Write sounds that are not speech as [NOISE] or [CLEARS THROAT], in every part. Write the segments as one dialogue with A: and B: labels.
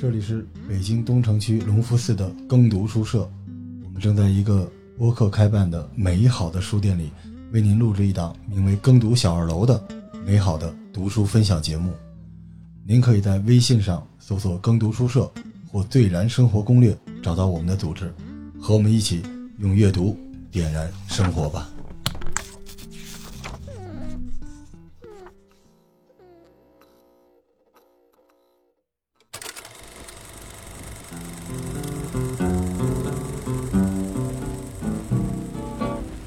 A: 这里是北京东城区隆福寺的耕读书社，我们正在一个播客开办的美好的书店里，为您录制一档名为《耕读小二楼》的美好的读书分享节目。您可以在微信上搜索“耕读书社”或“最燃生活攻略”，找到我们的组织，和我们一起用阅读点燃生活吧。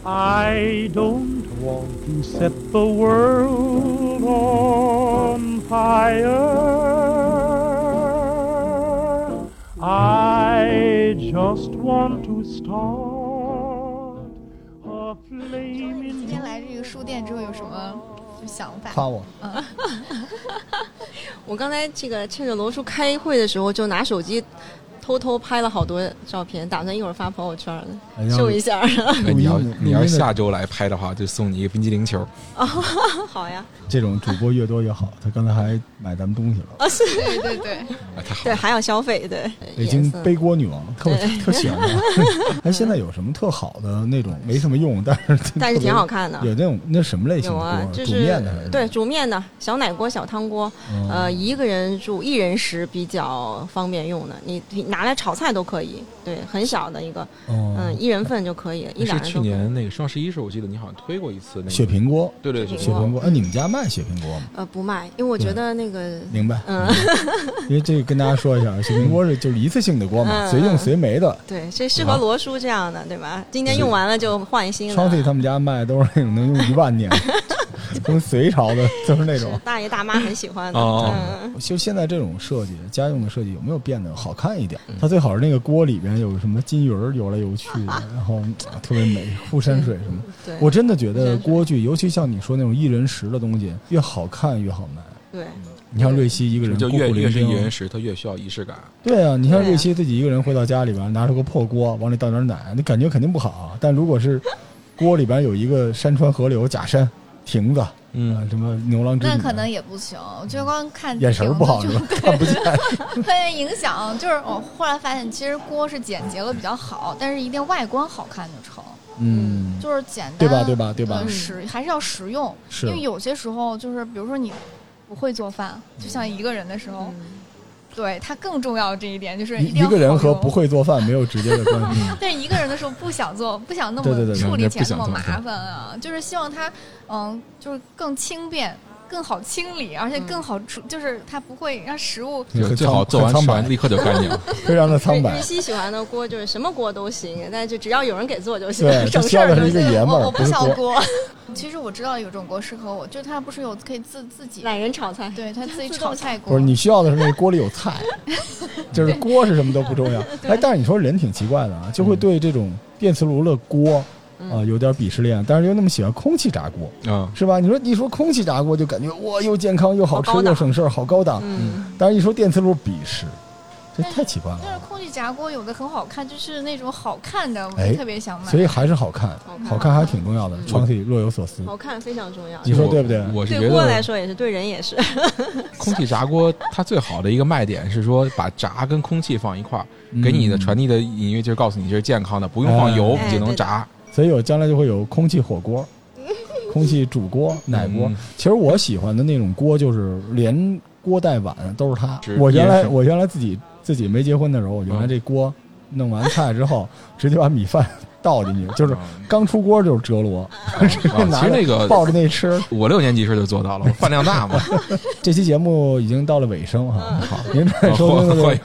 B: I don't want to set the world on fire. I just want to start a flame
C: 今
B: in
C: 天来这个书店之后有什么想法？
A: 我，
D: 我刚才这个趁着罗叔开会的时候，就拿手机偷偷拍了好多照片，打算一会儿发朋友圈
A: 哎
D: 的，
A: 呀
D: 秀一下。
E: 哎你要
A: 录音的
E: 你要
A: 录音的
E: 是下周来拍的话，就送你一个冰激凌球。
D: [LAUGHS] 好呀，
A: 这种主播越多越好。他刚才还买咱们东西了。
C: 对对
A: [LAUGHS]
C: 对，
E: 啊，太好
D: 对，
E: 了！
D: 还要消费，对，
A: 北京
D: 颜色
A: 背锅女王，特 [LAUGHS] 特喜欢
D: [LAUGHS]
A: 她。哎，现在有什么特好的那种没什么用，但
D: [LAUGHS]
A: 是
D: 但是挺好看
A: 有
D: 的。
A: 那种那什么类型
D: 有
A: 的锅？
D: 啊，就
A: 煮
D: 是
A: 面的还是？
D: 对煮面的小奶锅、小汤锅，
A: 嗯，
D: 呃，一个人住一人食比较方便用的，你你拿来炒菜都可以，对，很小的一个，嗯，
A: 嗯，
D: 一人份就可以，一两人
E: 是去
D: 都可以。
E: 年那个双十一时候，我记得你好像推过一次那个
A: 雪。平锅，
E: 对对，
D: 雪
E: 对
D: 平
A: 雪平锅。哎，你们家卖雪平锅吗？
D: 呃，不卖，因为我觉得那个
A: 明白，
D: 嗯，
A: 因为这个跟大家说一下，雪平锅是就是一次性的锅嘛，
D: 嗯
A: 随用随没的。
D: 对，这适合
A: 啊
D: 罗叔这样的，对吧？今天
A: 是
D: 用完了就换新的。
A: 双 T 他们家卖都是那种能用一万
D: [LAUGHS]
A: 年，从隋朝的都是那
D: 是
A: 种。
D: 大爷大妈很喜欢的。
E: 哦
D: 嗯，
A: 就现在这种设计，家用的设计有没有变得好看一点？它最好是那个锅里边有什么金鱼儿游来游去的，然后嗯特别美，护山水什么。
D: 嗯对，
A: 我真的觉得
D: 真是
A: 锅具，尤其像你说那种一人食的东西，越好看越好卖。
D: 对
A: 你像瑞希一个人
E: 就
A: 孤
E: 越
A: 苦
E: 越
A: 伶
E: 是一
A: 仃
E: 人，食，它越需要仪式感。
A: 对啊，你像
D: 对啊
A: 瑞希自己一个人回到家里边，拿出个破锅，往里倒点奶，那感觉肯定不好啊。但如果是锅里边有一个山川河流、假山、亭子，啊，
E: 嗯，
A: 什么牛郎织女啊，
C: 那可能也不行，就光看
A: 眼神不好是
C: 就
A: 吧？ [LAUGHS]
C: [LAUGHS]
A: 看不见。
C: 会影响。就是我后来发现，其实锅是简洁了比较好，但是一定外观好看就成，
A: 嗯，
C: 就是简单，
A: 对吧？对？吧？对吧
C: 呃、？实还是要实用，
A: 是
C: 因为有些时候就是，比如说你不会做饭，就像一个人的时候，对它更重要的这一点就是一
A: 嗯
C: 定
A: 一
C: 要
A: 一个人和
C: 好用
A: 不会做饭没有直接的关
C: [LAUGHS]
A: 系。
C: 但是一个人的时候不想做，不想那
A: 对对对
C: 么处理起来那
E: 不想
C: 么
E: 做
C: 麻烦啊，就是希望它，嗯，就是更轻便、更好清理，而且更好处，就是它不会让食物。
E: 就最好做完吃完立刻就干净。
A: [LAUGHS] 非常的
D: 日
A: 苍白
D: 日。西喜欢的锅就是什么锅都行，但就只要有人给做就行
A: 对，
D: [LAUGHS]
A: 就
D: 省事
A: 需要的
D: 儿
A: 是
D: 就
A: 一个
D: 行。
A: 爷们
C: 我
A: 儿，
C: 我
A: 不是
C: 烧
A: 锅。
C: 锅， [LAUGHS] 其实我知道有种锅适合我，就是它不是有可以自自己，
D: 懒人炒菜，
C: 对它自己
D: 自动
C: 炒菜锅。
A: 不是你需要的是那锅里有
C: [LAUGHS]
A: 菜，就是锅是什么都不重要。哎，但是你说人挺奇怪的
C: 嗯
A: 啊，就会对这种电磁炉的锅啊、有点鄙视链，但是又那么喜欢空气炸锅，
E: 啊，
A: 是吧？你说一说空气炸锅，就感觉哇又健康又好吃
D: 好高档
A: 又省事儿，好高档。
D: 嗯，
A: 但是一说电磁炉，鄙视，这
C: 但是
A: 太奇怪了
C: 但是
A: 啊。
C: 空气炸锅有的很好看，就是那种好看的，我
A: 哎
C: 特别想买。
A: 所以还是好看，
D: 好看
A: 好看还挺重要的。
E: 嗯
A: 创体若有所思，
D: 好看非常重要。
A: 你说对不对
E: 我是觉
D: 对锅来
E: 得
D: 说也是，对人也是。 [LAUGHS]
E: 空气炸锅它最好的一个卖点是说把炸跟空气放一块儿，给你的
A: 嗯
E: 传递的隐约就是告诉你这是健康的，不用放油
D: 哎
E: 就能
D: 对的
E: 炸。
A: 所以我将来就会有空气火锅、空气煮锅、奶锅
E: 嗯。
A: 其实我喜欢的那种锅就是连锅带碗都是它
E: 是。
A: 我原
E: 也
A: 来
E: 是
A: 我原来自己自己没结婚的时候，我原来
E: 嗯
A: 这锅弄完菜之后， [LAUGHS] 直接把米饭倒进去，就是
E: 啊
A: 刚出锅就是折罗，
E: 啊，
A: [LAUGHS] 拿
E: 其
A: 着
E: 实那个
A: 抱着那吃。
E: 我六年级时候就做到了，我饭量大
A: [LAUGHS]
E: 嘛。
A: 这期节目已经到了尾声哈、
D: 嗯
A: 好，您正在收听的
E: 啊欢
A: 是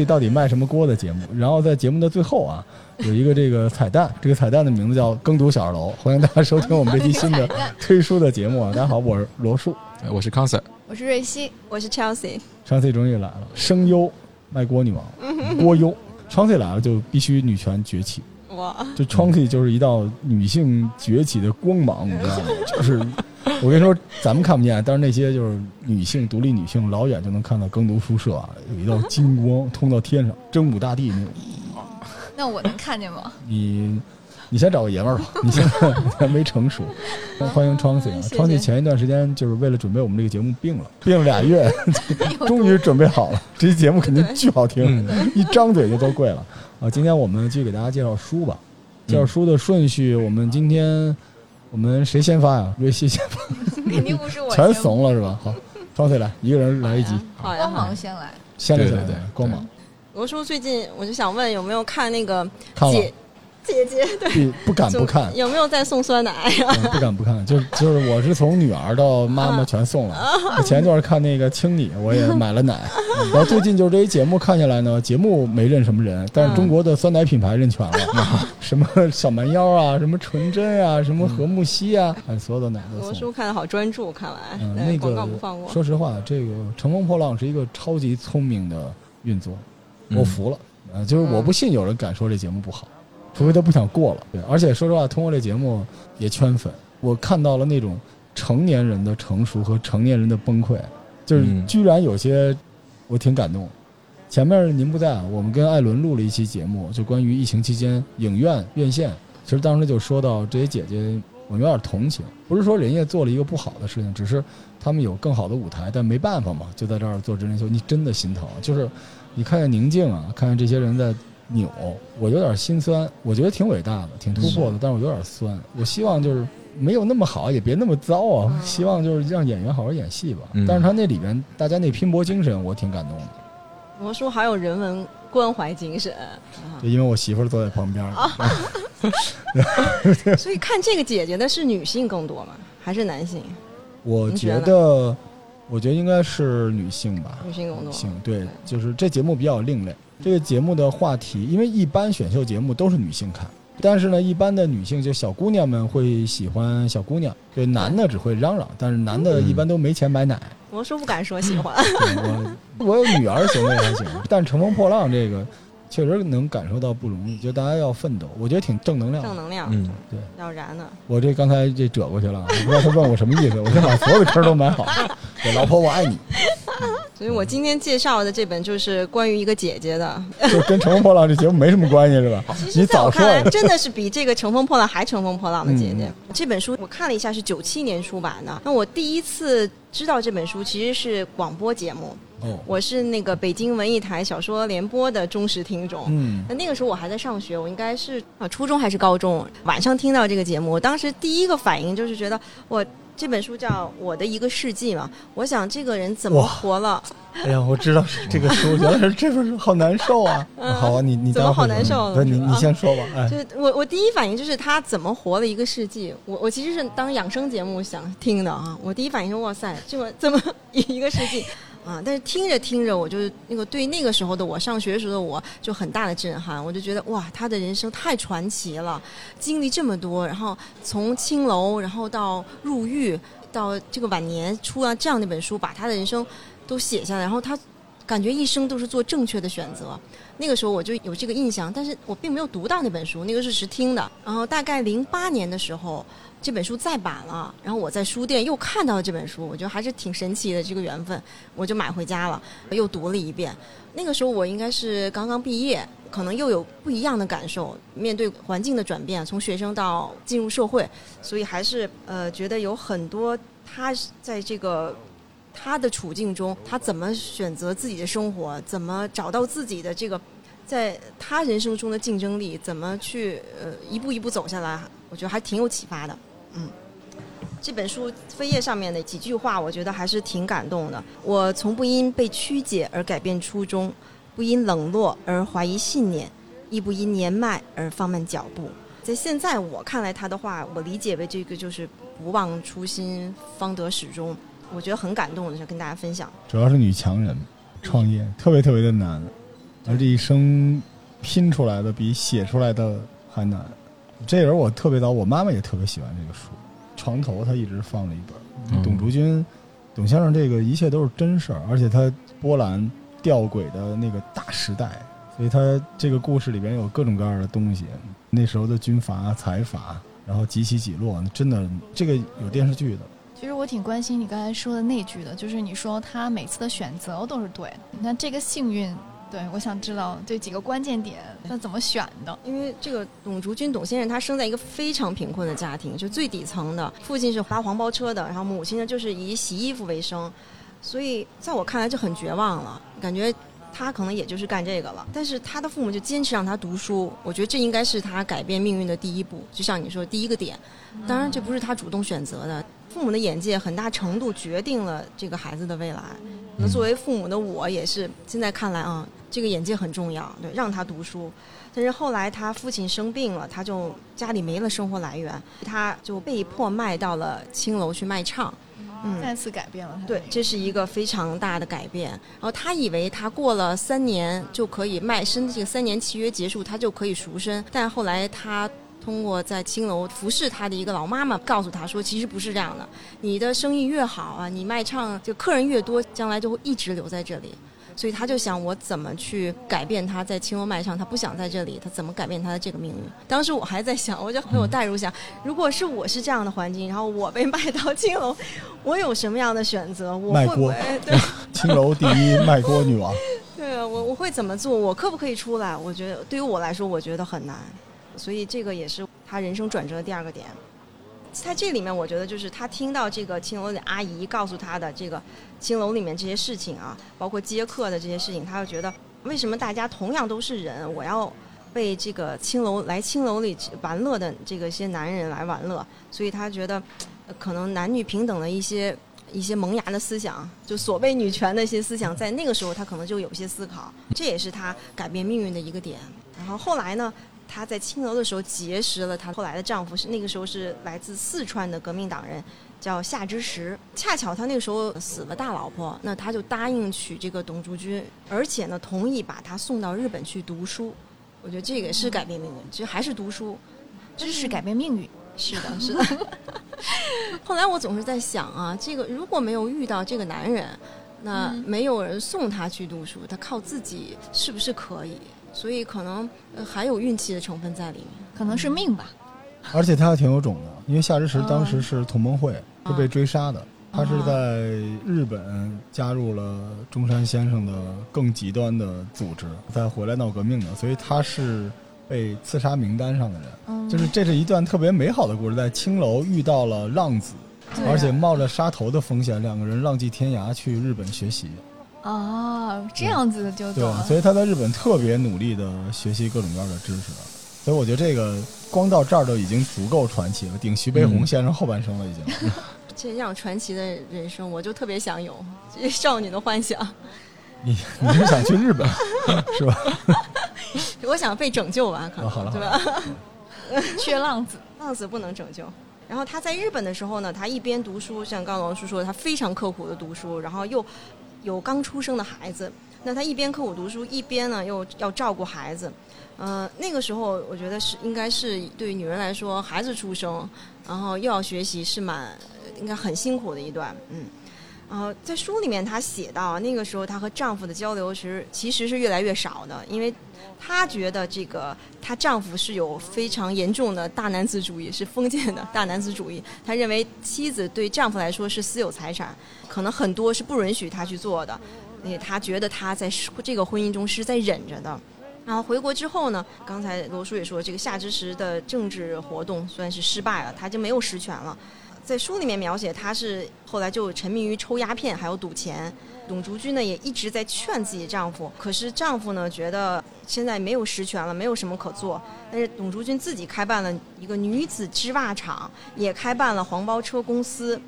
E: 迎
A: Chauncey 到底卖什么锅的节目。然后在节目的最后啊，有一个这个彩蛋，这个彩蛋的名字叫“耕读小二楼”，欢迎大家收听我们这期新的推书的节目啊。大家好，我是罗叔
E: 哎我是康 Sir，
C: 我是瑞希，
D: 我是 Chelsea，
A: ，Chauncey 终于来了，声优卖锅女王，锅优。Chauncey 来了就必须女权崛起，
D: 我
A: 就 Chauncey 就是一道女性崛起的光芒，你知道吗？ [LAUGHS] 就是我跟你说，咱们看不见，但是那些就是女性独立女性，老远就能看到耕读书社啊，有一道金光通到天上，真武大帝那种。 [LAUGHS]
C: 那我能看见吗？
A: 你你先找个爷们儿吧，你
D: [LAUGHS]
A: 现在你还没成熟。欢迎 Chauncey 啊
D: 嗯谢谢
A: ，Chauncey 前一段时间就是为了准备我们这个节目病了，病了俩月，
D: 哎
A: [LAUGHS] 终于准备好了。这期节目肯定巨好听，
E: 嗯
A: 一张嘴就都跪了啊！今天我们继续给大家介绍书吧，介绍
E: 嗯
A: 书的顺序，我们今天我们谁先发呀？瑞希先发，
C: 肯定不是我
A: 全
C: 先
A: 怂了是吧？好，Chauncey 来，一个人来一集，
D: 好
C: 光。
D: 呀好呀
C: 芒先来，
A: 先来
E: 对
A: 先
E: 对
A: 来
E: 对
A: 光
E: 对
A: 芒
D: 罗叔最近我就想问有没有看那个
A: 看了
D: 姐，姐姐对
A: 必不敢不看。
D: 有没有在送酸奶 [LAUGHS] 呀？
A: 嗯不敢不看，就是就是，我是从女儿到妈妈全送了。
D: 嗯
A: 我前一段看那个《青你》，我也买了奶。然后最近就是这一节目看下来呢，节目没认什么人，但是
D: 嗯
A: 中国的酸奶品牌认全
D: [LAUGHS]
A: 了， [LAUGHS] 什么小蛮腰啊，什么纯真啊，什么和睦西啊，哎，所有的奶都
D: 罗
A: 送
D: 叔
A: 了。
D: 看的好专注，看来
A: 嗯，
D: 对
A: 那
D: 广告不
A: 个
D: 放过。
A: 说实话，这个乘风破浪是一个超级聪明的运作，我
E: 嗯
A: 服了。呃，就是我不信有人敢说这节目不好，除非他不想过了。对，而且说实话，通过这节目也圈粉，我看到了那种成年人的成熟和成年人的崩溃，就是
E: 嗯
A: 居然有些我挺感动。前面您不在啊，我们跟艾伦录了一期节目，就关于疫情期间影院院线，其实当时就说到这些姐姐，我们有点同情，不是说人家做了一个不好的事情，只是他们有更好的舞台，但没办法嘛，就在这儿做真人秀，你真的心疼，啊就是你看见宁静啊，看见这些人在扭，我有点心酸，我觉得挺伟大的，挺突破的，但是我有点酸，我希望就是没有那么好，也别那么糟啊，希望就是让演员好好演戏吧。
E: 嗯
A: 但是他那里边大家那拼搏精神，我挺感动的，
D: 罗叔好有人文关怀精神，啊
A: 就因为我媳妇儿坐在旁边儿，
D: 所以看这个姐姐的是女性更多吗？还是男性？
A: 我
D: 你
A: 觉
D: 觉
A: 得，我觉得应该是女性吧，
D: 女性更多
A: 女嗯性哦对，就是这节目比较另类。这个节目的话题，因为一般选秀节目都是女性看，但是呢，一般的女性就小姑娘们会喜欢小姑娘，对男的只会嚷嚷，但是男的一般都没钱买奶。
D: 罗叔不敢说喜欢，
A: 对我 [LAUGHS] 我有女儿行，我也还行，但《乘风破浪》这个确实能感受到不容易，就大家要奋斗，我觉得挺正能量的
D: 正。能量，
E: 嗯，
D: 要燃的。
A: 我这刚才这折过去了，啊我不知道他问我什么意思，我先把所有的坑都埋好。
D: [LAUGHS]
A: 对，老婆我爱你，
D: 所以我今天介绍的这本就是关于一个姐姐的，
A: 就跟《乘风破浪》这节目没什么关系是吧？
D: 其
A: 你
D: 实在
A: 早
D: 我
A: 说
D: 看来
A: 呀，！
D: 真的是比这个《乘风破浪》还乘风破浪的姐姐。
A: 嗯
D: 这本书我看了一下，是九七年出版的。那我第一次知道这本书其实是广播节目，
A: 哦，
D: 我是那个北京文艺台小说联播的忠实听众。
A: 嗯，
D: 那那个时候我还在上学，我应该是啊初中还是高中，晚上听到这个节目，我当时第一个反应就是觉得我这本书叫《我的一个世纪》嘛，我想这个人怎么
A: 哇
D: 活了，
A: [LAUGHS] 哎呀，我知道是这个书，
D: [LAUGHS]
A: 原来是这本书，好难受啊！好啊，你你
D: 嗯怎么
A: 待会儿
D: 好难受
A: 嗯
D: 了
A: 对，你
D: 是吧啊
A: 你先说吧，哎
D: 就，是我我第一反应就是他怎么活了一个世纪，我我其实是当养生节目想听的啊，我第一反应是哇塞，这么这么一个世纪 [LAUGHS] 啊，但是听着听着我就那个对那个时候的我上学时候的我就很大的震撼，我就觉得哇，他的人生太传奇了，经历这么多，然后从青楼，然后到入狱，到这个晚年出了这样的一本书，把他的人生都写下来，然后他感觉一生都是做正确的选择。那个时候我就有这个印象，但是我并没有读到那本书，那个是实听的。然后大概零八年的时候，这本书再版了，然后我在书店又看到了这本书，我觉得还是挺神奇的这个缘分，我就买回家了，又读了一遍。那个时候我应该是刚刚毕业，可能又有不一样的感受，面对环境的转变，从学生到进入社会，所以还是呃觉得有很多他在这个他的处境中，他怎么选择自己的生活，怎么找到自己的这个在他人生中的竞争力，怎么去呃一步一步走下来，我觉得还挺有启发的。嗯，这本书扉页上面的几句话，我觉得还是挺感动的。我从不因被曲解而改变初衷，不因冷落而怀疑信念，亦不因年迈而放慢脚步。在现在我看来，他的话，我理解为这个就是不忘初心，方得始终。我觉得很感动的，想跟大家分享。
A: 主要是女强人创业特别特别的难，而这一生拼出来的比写出来的还难。这人我特别早，我妈妈也特别喜欢这个书，床头她一直放了一本。
E: 嗯
A: 董竹君，董先生这个一切都是真事儿，而且他波澜吊诡的那个大时代，所以他这个故事里边有各种各样的东西。那时候的军阀、财阀，然后几起几落，真的这个有电视剧的。
F: 其实我挺关心你刚才说的那句的，就是你说他每次的选择都是对的。你看这个幸运
C: 对，我想知道这几个关键点那怎么选的？
D: 因为这个董竹君董先生，他生在一个非常贫困的家庭，就最底层的，父亲是拉黄包车的，然后母亲呢就是以洗衣服为生，所以在我看来就很绝望了，感觉他可能也就是干这个了。但是他的父母就坚持让他读书，我觉得这应该是他改变命运的第一步，就像你说的第一个点。当然，这不是他主动选择的，父母的眼界很大程度决定了这个孩子的未来。那作为父母的我也是，现在看来啊，这个眼界很重要，对，让他读书。但是后来他父亲生病了，他就家里没了生活来源，他就被迫卖到了青楼去卖唱。嗯，
C: 再次改变了他的
D: 对
C: 那，个
D: 这是一个非常大的改变。然后他以为他过了三年就可以卖身，这个三年契约结束，他就可以赎身。但后来他通过在青楼服侍他的一个老妈妈告诉他说，其实不是这样的，你的生意越好啊，你卖唱就客人越多，将来就会一直留在这里。所以他就想，我怎么去改变他在青楼卖唱？他不想在这里，他怎么改变他的这个命运？当时我还在想，我就很
G: 嗯
D: 有代入想，如果是我是这样的环境，然后我被卖到青楼，我有什么样的选择？我
G: 卖
D: 会不
G: 锅
D: 会
G: [LAUGHS]
D: 对
G: 青楼第一卖锅女王，
D: 对我我会怎么做？我可不可以出来？我觉得对于我来说，我觉得很难。所以这个也是他人生转折的第二个点。他这里面，我觉得就是他听到这个青楼的阿姨告诉他的这个青楼里面这些事情啊，包括接客的这些事情，他就觉得为什么大家同样都是人，我要被这个青楼来青楼里玩乐的这个些男人来玩乐，所以他觉得呃可能男女平等的一些一些萌芽的思想，就所谓女权的一些思想，在那个时候他可能就有一些思考，这也是他改变命运的一个点。然后后来呢，她在青楼的时候结识了她后来的丈夫，是那个时候是来自四川的革命党人，叫夏之时。恰巧她那个时候死了大老婆，那她就答应娶这个董竹君，而且呢同意把她送到日本去读书。我觉得这个也是改变命运，就还是读书。
C: 知识改变命运。
D: 是的，是的。 [LAUGHS] 后来我总是在想啊，这个如果没有遇到这个男人，那
C: 嗯
D: 没有人送他去读书，他靠自己是不是可以？所以可能呃还有运气的成分在里面。
C: 可能是命吧，
G: 而且他还挺有种的，因为夏之时
C: 哦
G: 当时是同盟会，
D: 啊
C: 嗯
G: 是被追杀的。他是在日本加入了中山先生的更极端的组织，再回来闹革命的，所以他是被刺杀名单上的人。
C: 嗯，
G: 就是这是一段特别美好的故事，在青楼遇到了浪子，
C: 对啊
G: 而且冒着杀头的风险，两个人浪迹天涯去日本学习，
C: 哦，这样子就
G: 对
C: 懂
G: 吧？
C: 了。
G: 所以他在日本特别努力的学习各种各样的知识，所以我觉得这个光到这儿就已经足够传奇了，顶徐悲鸿先生后半生了已经。
D: 这样传奇的人生，我就特别想有，这少女的幻想， [LAUGHS]
G: 你你是想去日本是吧？
D: 我想被拯救吧，可能、
G: 啊好了
D: 对吧？
C: 缺浪子，
D: 浪子不能拯救。然后他在日本的时候呢，他一边读书，像刚刚老师说，他非常刻苦的读书，然后又有刚出生的孩子，那他一边刻苦读书，一边呢又要照顾孩子。呃，那个时候我觉得是应该是对于女人来说，孩子出生，然后又要学习，是蛮呃应该很辛苦的一段，嗯。然后在书里面，她写到那个时候，她和丈夫的交流其实其实是越来越少的，因为她觉得这个她丈夫是有非常严重的大男子主义，是封建的大男子主义。她认为妻子对丈夫来说是私有财产，可能很多是不允许他去做的。那她觉得她在这个婚姻中是在忍着的。然后回国之后呢，刚才罗叔也说，这个夏之时的政治活动算是失败了，他就没有实权了。在书里面描写，他是后来就沉迷于抽鸦片，还有赌钱。董竹君呢也一直在劝自己丈夫，可是丈夫呢觉得现在没有实权了，没有什么可做。但是董竹君自己开办了一个女子织袜厂，也开办了黄包车公司，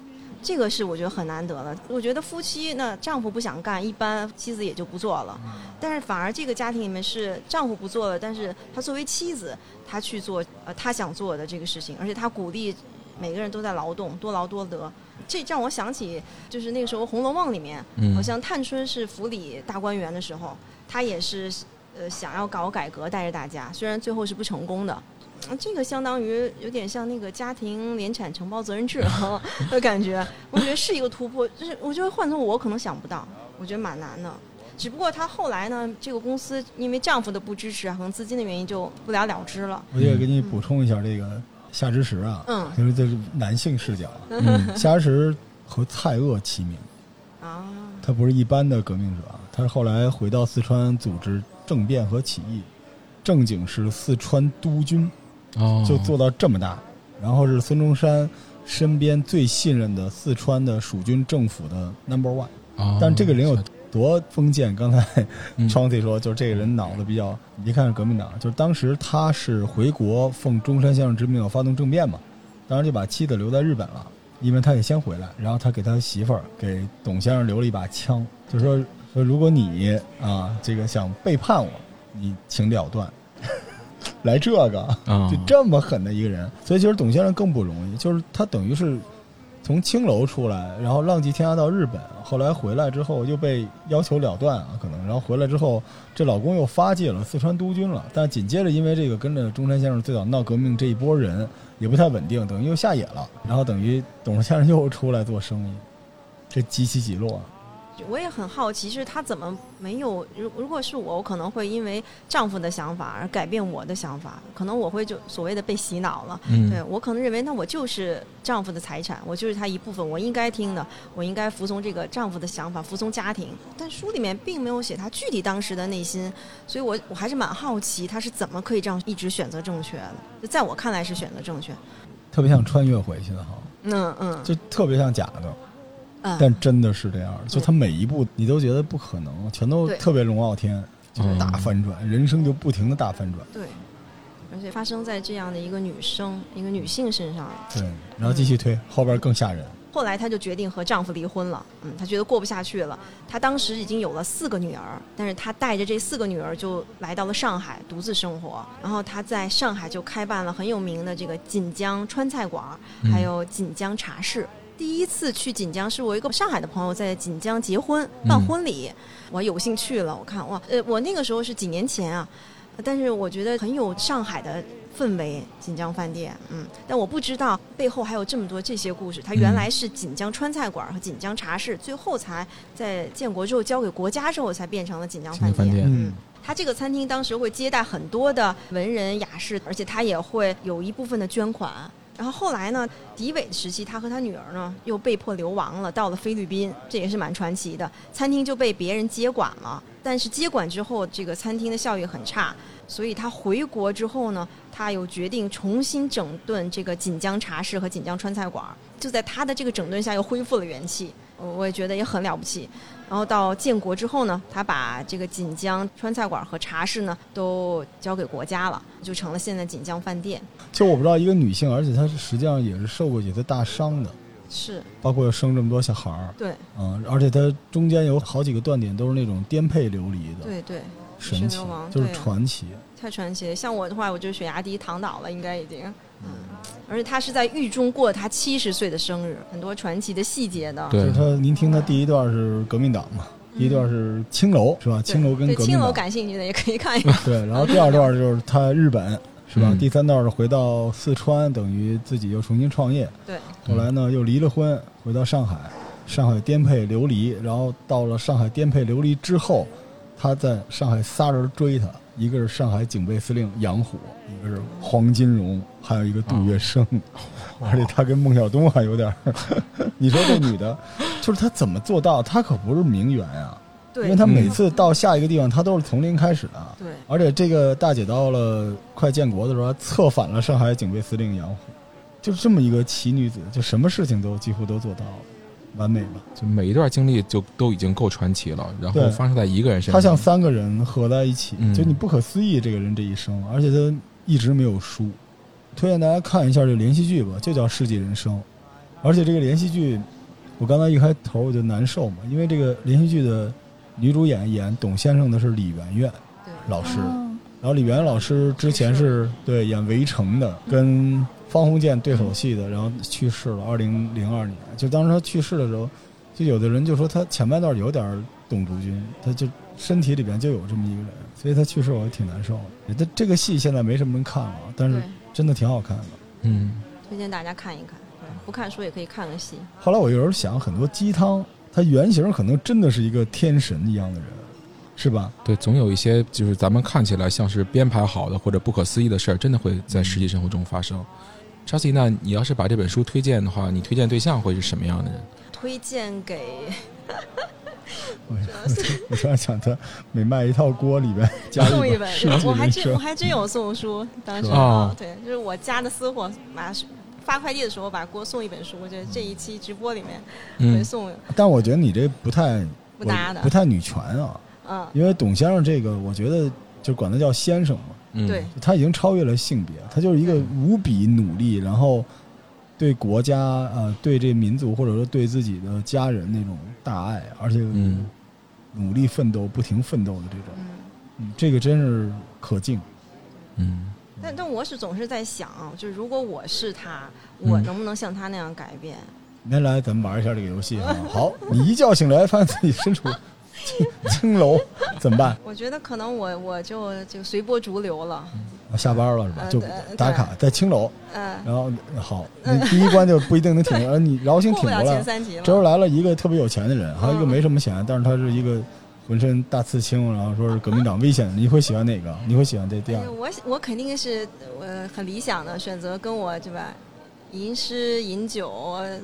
D: 这个是我觉得很难得了。我觉得夫妻那丈夫不想干，一般妻子也就不做了。但是反而这个家庭里面是丈夫不做了，但是他作为妻子，他去做呃他想做的这个事情，而且他鼓励每个人都在劳动，多劳多得。这让我想起就是那个时候《红楼梦》里面。
E: 嗯
D: 好像探春是府里大观园的时候，她也是呃想要搞改革，带着大家，虽然最后是不成功的。嗯这个相当于有点像那个家庭联产承包责任制的感觉，我觉得是一个突破，就是我觉得换成我可能想不到，我觉得蛮难的。只不过她后来呢，这个公司因为丈夫的不支持啊，可能资金的原因就不了了之了。
G: 我也给你补充一下这个夏之时啊，
D: 嗯
G: 就是这是男性视角，啊
E: 嗯
G: 夏之时和蔡锷齐名，
D: 啊，
G: 他不是一般的革命者啊，
A: 他是后来回到四川组织政变和起义，正经是四川督军，
E: 哦，
A: [LAUGHS] 就做到这么大。然后是孙中山身边最信任的四川的蜀军政府的 number one。
E: 哦，
A: 但这个人有多封建？刚才
E: 嗯
A: Chauncey 说，就是这个人脑子比较，你别看是革命党，就是当时他是回国奉中山先生之命要发动政变嘛，当时就把妻子留在日本了，因为他得先回来，然后他给他媳妇儿给董先生留了一把枪，就说说如果你啊这个想背叛我，你请了断。 [LAUGHS] 来这个，
E: 啊
A: 就这么狠的一个人，所以其实董先生更不容易，就是他等于是从青楼出来，然后浪迹天涯到日本，后来回来之后又被要求了断啊，可能，然后回来之后，这老公又发迹了四川督军了，但紧接着因为这个跟着中山先生最早闹革命这一波人也不太稳定，等于又下野了，然后等于董先生又出来做生意，这几起几落啊，
D: 我也很好奇，是她怎么没有？如如果是我，我可能会因为丈夫的想法而改变我的想法，可能我会就所谓的被洗脑了。
E: 嗯
D: 对我可能认为，那我就是丈夫的财产，我就是他一部分，我应该听的，我应该服从这个丈夫的想法，服从家庭。但书里面并没有写她具体当时的内心，所以我我还是蛮好奇，她是怎么可以这样一直选择正确的？就在我看来是选择正确。
A: 特别像穿越回去的哈，
D: 嗯嗯
A: 就特别像假的。
D: 嗯，
A: 但真的是这样的，就他每一步你都觉得不可能，全都
D: 对
A: 特别龙傲天，就是大翻转，人生就不停的大翻转。
D: 对，而且发生在这样的一个女生、一个女性身上。
A: 对，然后继续
D: 嗯
A: 推，后边更吓人。
D: 后来她就决定和丈夫离婚了，嗯，她觉得过不下去了。她当时已经有了四个女儿，但是她带着这四个女儿就来到了上海独自生活。然后她在上海就开办了很有名的这个锦江川菜馆，
E: 嗯
D: 还有锦江茶室。第一次去锦江是我一个上海的朋友在锦江结婚
E: 嗯
D: 办婚礼，我有幸去了。我看哇，呃，我那个时候是几年前啊，但是我觉得很有上海的氛围，锦江饭店，嗯，但我不知道背后还有这么多这些故事。它原来是锦江川菜馆和锦江茶室，最后才在建国之后交给国家之后才变成了锦江
E: 锦
D: 饭
E: 江饭店
D: 嗯，它这个餐厅当时会接待很多的文人雅士，而且它也会有一部分的捐款。然后后来呢，迪伟时期，他和他女儿呢又被迫流亡了，到了菲律宾，这也是蛮传奇的。餐厅就被别人接管了，但是接管之后，这个餐厅的效益很差，所以他回国之后呢，他又决定重新整顿这个锦江茶室和锦江川菜馆儿，就在他的这个整顿下又恢复了元气，我我也觉得也很了不起。然后到建国之后呢，他把这个锦江川菜馆和茶室呢都交给国家了，就成了现在锦江饭店。
A: 就我不知道一个女性，而且她是实际上也是受过一些大伤的，
D: 是
A: 包括生这么多小孩儿，
D: 对
A: 嗯，而且她中间有好几个断点都是那种颠沛流离的，
D: 对对，
A: 神
D: 是
A: 奇
D: 流亡，
A: 就是
D: 对啊
A: 传奇。
D: 太传奇了。像我的话，我就血压低躺倒了，应该已经。嗯，而且他是在狱中过他七十岁的生日，很多传奇的细节的。
A: 嗯就是
E: 对，
A: 她，您听她第一段是革命党嘛，第一段是青楼是吧？
D: 嗯对
A: 青楼跟
D: 对
A: 革
D: 青
A: 命
D: 楼
A: 党
D: 感兴趣的也可以看
A: [LAUGHS]
D: 一看。
A: 对，然后第二段就是他日本是吧？
E: 嗯
A: 第三段是回到四川，等于自己又重新创业。
D: 对，
A: 后来呢又离了婚，回到上海，上海颠沛流离。然后到了上海颠沛流离之后，他在上海仨人追他，一个是上海警备司令杨虎，一个是黄金荣，还有一个杜
E: 啊
A: 月笙。而且他跟孟小冬还有点儿， [LAUGHS] 你说这女
E: [LAUGHS]
A: 的，就是她怎么做到？她可不是名媛啊，
D: 对，
A: 因为她每
E: 嗯
A: 次到下一个地方，她都是从零开始的。啊
D: 对
A: 而且这个大姐到了快建国的时候，还策反了上海警备司令杨虎，就这么一个奇女子，就什么事情都几乎都做到了，完美吧？
E: 就每一段经历就都已经够传奇了，然后
A: 对
E: 发生在一个人身
A: 她
E: 上，
A: 像三个人合在一起，
E: 嗯
A: 就你不可思议这个人这一生，而且她一直没有输。推荐大家看一下这连续剧吧，就叫《世纪人生》，而且这个连续剧，我刚才一开头我就难受嘛，因为这个连续剧的女主演演董先生的是李媛媛
D: 对
A: 老师。
C: 哦
A: 然后李媛老师之前是对演《围城》的，跟方鸿渐对手戏的，然后去世了，二零零二年。就当时他去世的时候，就有的人就说他前半段有点儿董竹君，他就身体里边就有这么一个人，所以他去世我挺难受的。他这个戏现在没什么人看了，但是
D: 对，
A: 真的挺好看的。
E: 嗯，
D: 推荐大家看一看。
A: 嗯
D: 对不看书也可以看个戏，
A: 后来我有时候想，很多鸡汤，他原型可能真的是一个天神一样的人，是吧？
E: 对，总有一些就是咱们看起来像是编排好的或者不可思议的事儿，真的会在实际生活中发生。扎西，那你要是把这本书推荐的话，你推荐对象会是什么样的人？
D: 推荐给
A: 我突然想他每卖一套锅里边加
D: 送
A: 一
D: 一
A: 本
D: 本
A: 设，计
D: 我还
A: 人
D: 真
A: 生，
D: 我还真有送书，当时
E: 是吧
D: 啊
E: 哦，
D: 对，就是我家的私货，把发快递的时候把锅送一本书，就是这一期直播里面会
E: 嗯，
D: 送
A: 但我觉得你这不太
D: 不搭的
A: 不，太女权啊，
D: 嗯，
A: 因为董先生这个，我觉得就管他叫先生嘛，
E: 嗯
D: 对，
A: 他已经超越了性别，他就是一个无比努力，然后对国家呃对这民族或者说对自己的家人那种大爱，而且
E: 嗯
A: 努力奋斗、不停奋斗的这种，
D: 嗯。
A: 嗯，这个真是可敬。
E: 嗯
D: 但但我是总是在想啊，就是如果我是他，我
E: 嗯
D: 能不能像他那样改变？
A: 今天来咱们玩一下这个游戏啊！ [LAUGHS] 好，你一觉醒来发现自己身处青 [LAUGHS] 青楼，怎么办？
D: 我觉得可能我我就就随波逐流了，
A: 嗯下班了是吧？
D: 呃
A: 就
D: 对
A: 打卡在青楼，
D: 嗯、
A: 然后好，你第一关就不一定能挺
D: [LAUGHS]
A: 过来，你饶
D: 呃，
A: 兴
D: 过
A: 嗯挺
D: 不
A: 过
D: 了前
A: 来。
D: 三级了。
A: 这时候来了一个特别有钱的人，还有一个
D: 嗯
A: 没什么钱，但是他是一个浑身大刺青，然后说是革命党危险的。你会喜欢
D: [LAUGHS]
A: 哪个？你会喜欢这第啊
D: 哎
A: 二
D: 呦
A: 个？
D: 我我肯定是呃很理想的选择，跟我对吧，吟诗饮酒，呃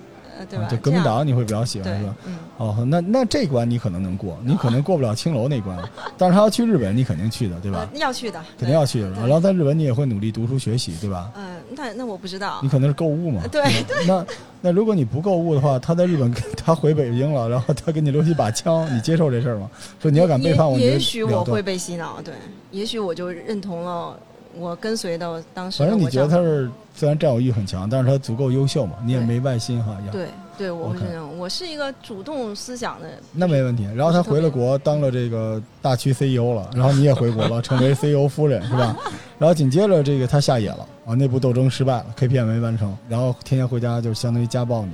D: 对吧？
A: 啊就革命
D: 这样
A: 党你会比较喜欢
D: 对
A: 是吧？，
D: 嗯，
A: 哦，那那这关你可能能过，你可能过不了青楼那
D: [LAUGHS]
A: 关，但是他要去日本，你肯定去的，对吧？
D: 呃要去的，
A: 肯定要去的。
D: 对
A: 然后在日本你也会努力读书学习，对吧？
D: 嗯、那那我不知道呃
A: 你，可能是购物嘛。
D: 对
A: 吧 [LAUGHS] 那那如果你不购物的话，他在日本跟 [LAUGHS] 他回北京了，然后他给你留起把枪，你接受这事儿吗？说你要敢背叛我，
D: [LAUGHS]
A: 你
D: 也也
A: 就
D: 许
A: 了
D: 我会
A: 断。
D: 被洗脑，对，也许我就认同了，我跟随到当时
A: 反
D: 的
A: 正你
D: 我
A: 觉得
D: 丈
A: 他
D: 夫
A: 是虽然占有欲很强，但是他足够优秀嘛，你也
D: 对
A: 没外心哈。也，
D: 对对，我会
A: OK 嗯
D: 这样，我是一个主动思想的人，
A: 那没问题。然后他回了国，当了这个大区 CEO 了，然后你也回
D: [LAUGHS]
A: 国了，成为 CEO 夫人是吧？然后紧接着这个他下野了啊，内部斗争失败了，KPI 没完成，然后天天回家就是相当于家暴你，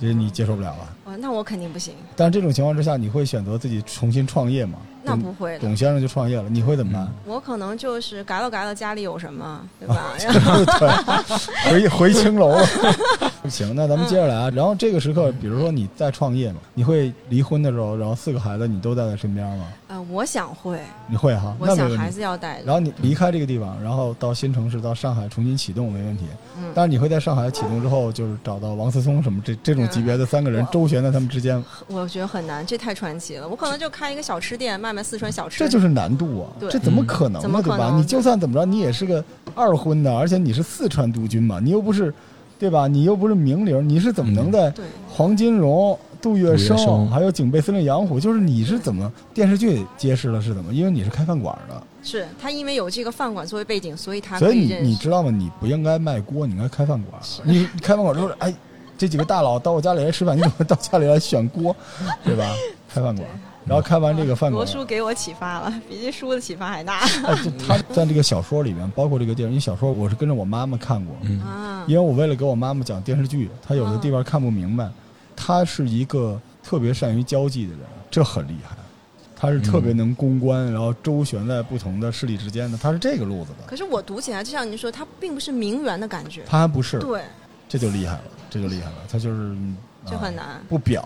A: 这你接受不了了。
D: 哦，那我肯定不行，
A: 但这种情况之下，你会选择自己重新创业吗？
D: 那
A: 董
D: 不会的，
A: 董先生就创业了，你会怎么办？
D: 我可能就是改了改了家里有什
A: [LAUGHS]
D: 么，对吧？ [LAUGHS] 然后
A: 对，回回青楼了。 [LAUGHS] 行，那咱们接着来
D: 嗯
A: 啊。然后这个时刻，比如说你在创业嘛，你会离婚的时候，然后四个孩子你都带在身边吗？
D: 呃，我想会，
A: 你会哈？
D: 我
A: 那没
D: 想
A: 问
D: 孩
A: 题。
D: 子嗯要带着，
A: 然后你离开这个地方，然后到新城市，到上海重新启动没问题。
D: 嗯，
A: 但是你会在上海启动之后，就是找到王思聪什么这
D: 嗯
A: 这种级别的三个人
D: 我
A: 周旋在他们之间，
D: 我觉得很难，这太传奇了。我可能就开一个小吃店，卖卖四川小吃。
A: 这就是难度啊！
D: 对
A: 这怎么可能
D: 怎
A: 呢？
D: 么
A: 对
D: 可
A: 吧？
D: 能
A: 你就算怎么着，你也是个二婚的，而且你是四川督军嘛，你又不是，对吧？你又不是名伶，你是怎么能在
D: 对
A: 黄金荣、嗯杜月
E: 杜月
A: 笙
E: 笙
A: 还有警备司令杨虎，就是你是怎么电视剧揭示了是怎么？因为你是开饭馆的，
D: 是他因为有这个饭馆作为背景，所以他
A: 所
D: 可
A: 以你
D: 认
A: 你
D: 识。
A: 知道吗？你不应该卖锅，你应该开饭馆。啊你你开饭馆之后，哎，这几个大佬到我家里来吃饭，你怎么到家里来选锅，对吧？开饭馆，然后开完这个饭
D: 罗
A: 馆，
D: 叔给我启发了，比这书的启发还
A: [LAUGHS]
D: 大
A: 啊，就他在这个小说里面，包括这个电视，因为小说我是跟着我妈妈看过，
E: 嗯
D: 啊
A: 因！为我为了给我妈妈讲电视剧，她有的地方看不明白。她是一个特别善于交际的人，这很厉害。她是特别能公关，然后周旋在不同的势力之间的，她是这个路子的。
D: 可是我读起来，就像您说，它并不是名媛的感觉，
A: 她还不是，
D: 对，
A: 这就厉害了，这就厉害了。她就是
D: 就很、
A: 啊
D: 难，
A: 不表。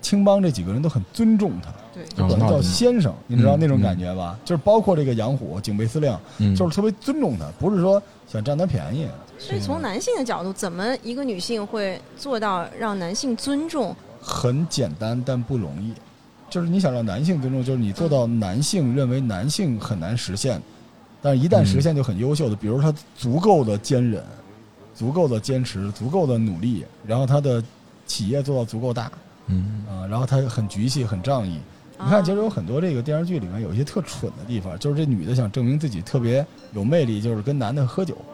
A: 青帮这几个人都很尊重她，
D: 对，
E: 哦
A: 管她叫
E: 那
A: 先生，你知道
E: 嗯
A: 那种
E: 嗯
A: 感觉吧？就是包括这个杨虎、警备司令，
E: 嗯，
A: 就是特别尊重他，不是说想占他便宜。
D: 所以从男性的角度，怎么一个女性会做到让男性尊重？
A: 很简单，但不容易。就是你想让男性尊重，就是你做到男性认为男性很难实现，但是一旦实现就很优秀的，比如他足够的坚忍，足够的坚持，足够的努力，然后他的企业做到足够大
E: 嗯
A: 啊、然后他很局气，很仗义。你
D: 啊
A: 看，其实有很多这个电视剧里面有一些特蠢的地方，就是这女的想证明自己特别有魅力，就是跟男的喝酒。
D: 嗯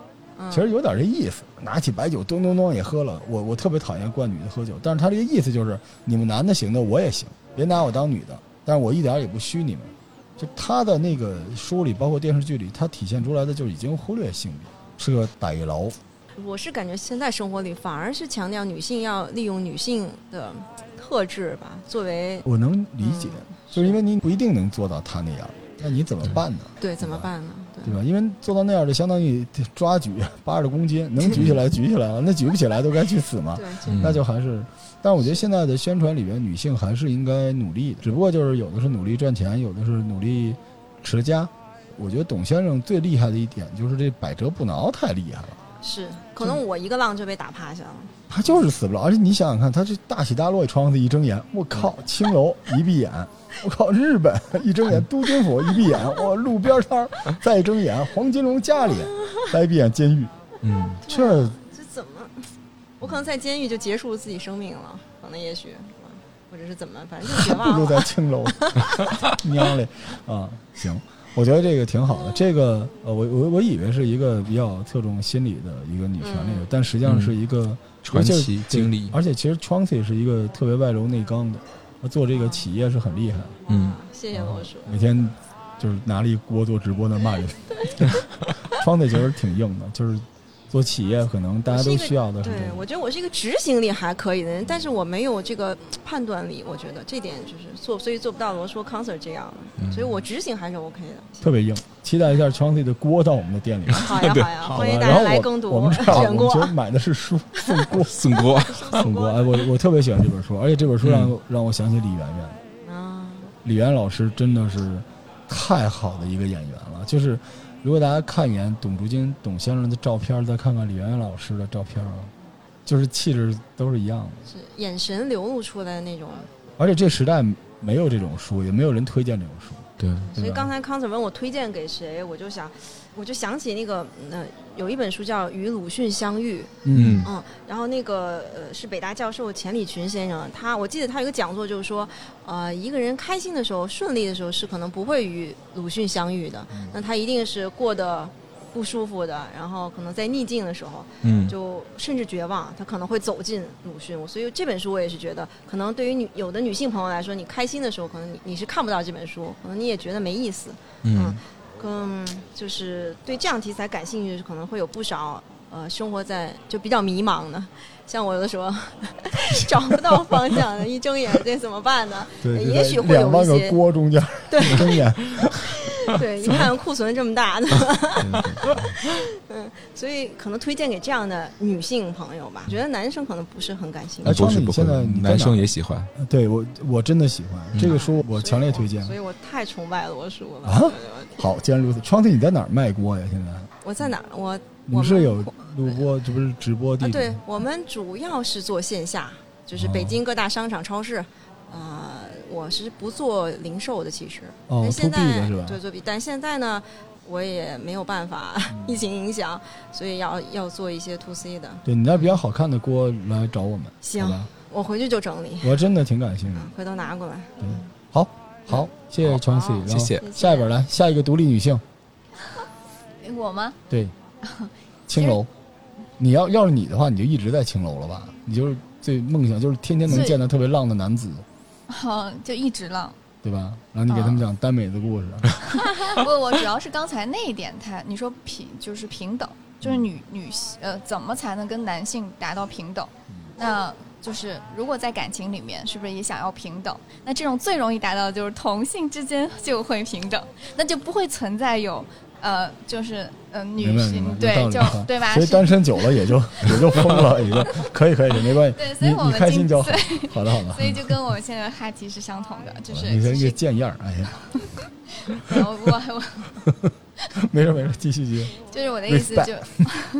A: 其实有点这意思，拿起白酒咚咚咚也喝了。我我特别讨厌灌女的喝酒，但是他这个意思就是，你们男的行的我也行，别拿我当女的，但是我一点儿也不虚你们。就他的那个书里，包括电视剧里，他体现出来的就已经忽略性别，是个歹劳。
D: 我是感觉现在生活里反而是强调女性要利用女性的特质吧，作为
A: 我能理解，
D: 嗯
A: 就是因为你不一定能做到他那样，那你怎么办呢？
D: 对怎么办呢？
A: 对
D: 对，
A: 吧？因为做到那样就相当于抓举 [LAUGHS] 八十公斤，能举起来举起来了，那举不起来都该去死
C: 啊
A: 嘛。
D: 对，就
E: 嗯
A: 那就还是，但我觉得现在的宣传里边，女性还是应该努力的，只不过就是有的是努力赚钱，有的是努力持家。我觉得董先生最厉害的一点就是这百折不挠太厉害了，
D: 是，可能我一个浪就被打趴下了。
A: 他就是死不了。而且你想想看，他这大起大落，窗子一睁眼，我靠，青楼一闭眼，我靠，日本一睁眼，都京府一闭眼，我路边摊儿再一睁眼，黄金龙家里，再一闭眼监狱，
E: 嗯，
A: 这
D: 这怎么？我可能在监狱就结束自己生命了，可能也许，是吧或者是怎么，反正就绝
A: 不
D: 望
A: 如 [LAUGHS]
D: 了。
A: 在青
E: [LAUGHS]
A: 楼，娘嘞啊！行，我觉得这个挺好的。这个呃，我我我以为是一个比较侧重心理的一个女权那个，但实际上是一个、
E: 嗯传
A: 尤
E: 奇
A: 其是
E: 经历，
A: 而且其实 Chauncey 是一个特别外柔内刚的，他做这个企业是很厉害的。
E: 嗯，
D: 啊谢谢罗叔。
A: 每天就是拿了一锅做直播那
E: [LAUGHS]
A: 骂人。窗子其实挺硬的，就是做企业可能大家都需要的很
D: 对，
A: 多。
D: 我觉得我是一个执行力还可以的人，但是我没有这个判断力，我觉得这点就是做，所以做不到罗叔 concert 这样
A: 嗯
D: 的，所以我执行还是
A: [LAUGHS]
D: OK 的。
A: 特别硬，期待一下 Chauncey 的锅到我们的店里。
D: 好呀好呀，
A: 好吧
D: 欢迎大
A: 然
D: 家
A: 后
D: 来
A: 我
D: 更读
A: 我
D: [LAUGHS]
A: 们这儿
D: 选
A: 我们
D: 过
A: 其实买的是
D: [LAUGHS]
A: 书，送锅
E: 宋
A: [LAUGHS]
E: 国，
A: 送锅。哎，我我特别喜欢这本书，而且这本书让、
D: 嗯
A: 让我想起李媛媛。
D: 啊，
A: 李媛老师真的是太好的一个演员了。就是如果大家看一眼董竹金董先生的照片，再看看李媛媛老师的照片啊，就是气质都是一样的。
D: 是眼神流露出来的那种。
A: 而且这时代没有这种书，也没有人推荐这种书。
E: 对，
D: 所以
A: 对吧
D: 刚才 concert 问我推荐给谁，我就想，我就想起那个，嗯、呃，有一本书叫《与鲁迅相遇》，
E: 嗯
D: 嗯，然后那个呃是北大教授钱理群先生，他我记得他有一个讲座，就是说，呃，一个人开心的时候、顺利的时候是可能不会与鲁迅相遇的，那他一定是过得不舒服的，然后可能在逆境的时候，
E: 嗯，
D: 就甚至绝望，他可能会走进鲁迅。我所以这本书我也是觉得，可能对于女有的女性朋友来说，你开心的时候，可能你你是看不到这本书，可能你也觉得没意思。
E: 嗯
D: 更就是对这样题材感兴趣，的，可能会有不少呃生活在就比较迷茫的， [LAUGHS] 像我有的时候 [LAUGHS] 找不到方
A: [LAUGHS]
D: 向的，一睁眼这怎么办呢？
A: 对，
D: 也许会有
A: 两万
D: 一
A: 个
D: 些
A: 锅中间，
D: 对
A: [LAUGHS] 睁眼。 [LAUGHS]
D: 对，一看库存这么大的， [LAUGHS] 嗯，所以可能推荐给这样的女性朋友吧。我觉得男生可能不是很感兴
A: 哎
D: 趣，
E: 不
A: 窗
E: 是
A: 子你
E: 不会
A: 现在，你在
E: 男生
A: 哪
E: 也喜欢，
A: 对我我真的喜欢、
E: 嗯
A: 这个书，我
D: 所以
A: 强烈推荐
D: 所。以我太崇拜罗叔了。
A: 啊好，既然如此，窗子你在哪儿卖锅呀？现在
D: 我在哪儿？我
A: 你
D: 我
A: 们是有
D: 们
A: 录播，这不是直播地哦址？
D: 啊，对我们主要是做线下，就是北京各大商场、超市。呃，我是不做零售的，其实。
A: 哦
D: 但现
A: to B
D: 在
A: 的是吧
D: 对，做 B，但现在呢，我也没有办法，
A: 嗯
D: [LAUGHS] 疫情影响，所以要要做一些 to C 的。
A: 对，你那比较好看的锅来找我们，
D: 行
A: 好吧？嗯
D: 我回去就整理，
A: 我真的挺感兴趣。
D: 回头拿过来。
A: 好，好，谢谢 Chauncey，然后
E: 谢谢，
D: 谢谢
A: 下一本来，下一个独立女性，
C: 哎我吗？ [LAUGHS]
A: 对，青楼。你要要是你的话，你就一直在青楼了吧？你就是最梦想就是天天能
C: 最
A: 见到特别浪的男子，
C: 好，哦就一直浪。
A: 对吧？然后你给他们讲耽美的故事， [LAUGHS]
C: 不，我主要是刚才那一点太，你说平就是平等，就是女
A: 嗯
C: 女呃，怎么才能跟男性达到平等？
A: 嗯
C: 那就是如果在感情里面，是不是也想要平等？那这种最容易达到的就是同性之间 [LAUGHS] 就会平等，那就不会存在有呃，就是呃
A: 明
C: 女
A: 白明白
C: 性
A: 有道
C: 对
A: 理
C: 就
A: 啊
C: 对吧？
A: 所以单
C: 是
A: 身久了也
C: [LAUGHS]
A: 就也就疯了，也就可以可以，没关系
C: 对，所以
A: 你
C: 我
A: 你
C: 们
A: 开心
C: 今
A: 就好
C: 对。
A: 好的好的
C: 所，以就跟我们现在的话题是相同的，就是
A: 你看
C: 其
A: 这个
C: 实
A: 贱样儿，哎呀，
C: 对我我我
A: 没事没事，继续继续。
C: 就是我的意思就， [LAUGHS]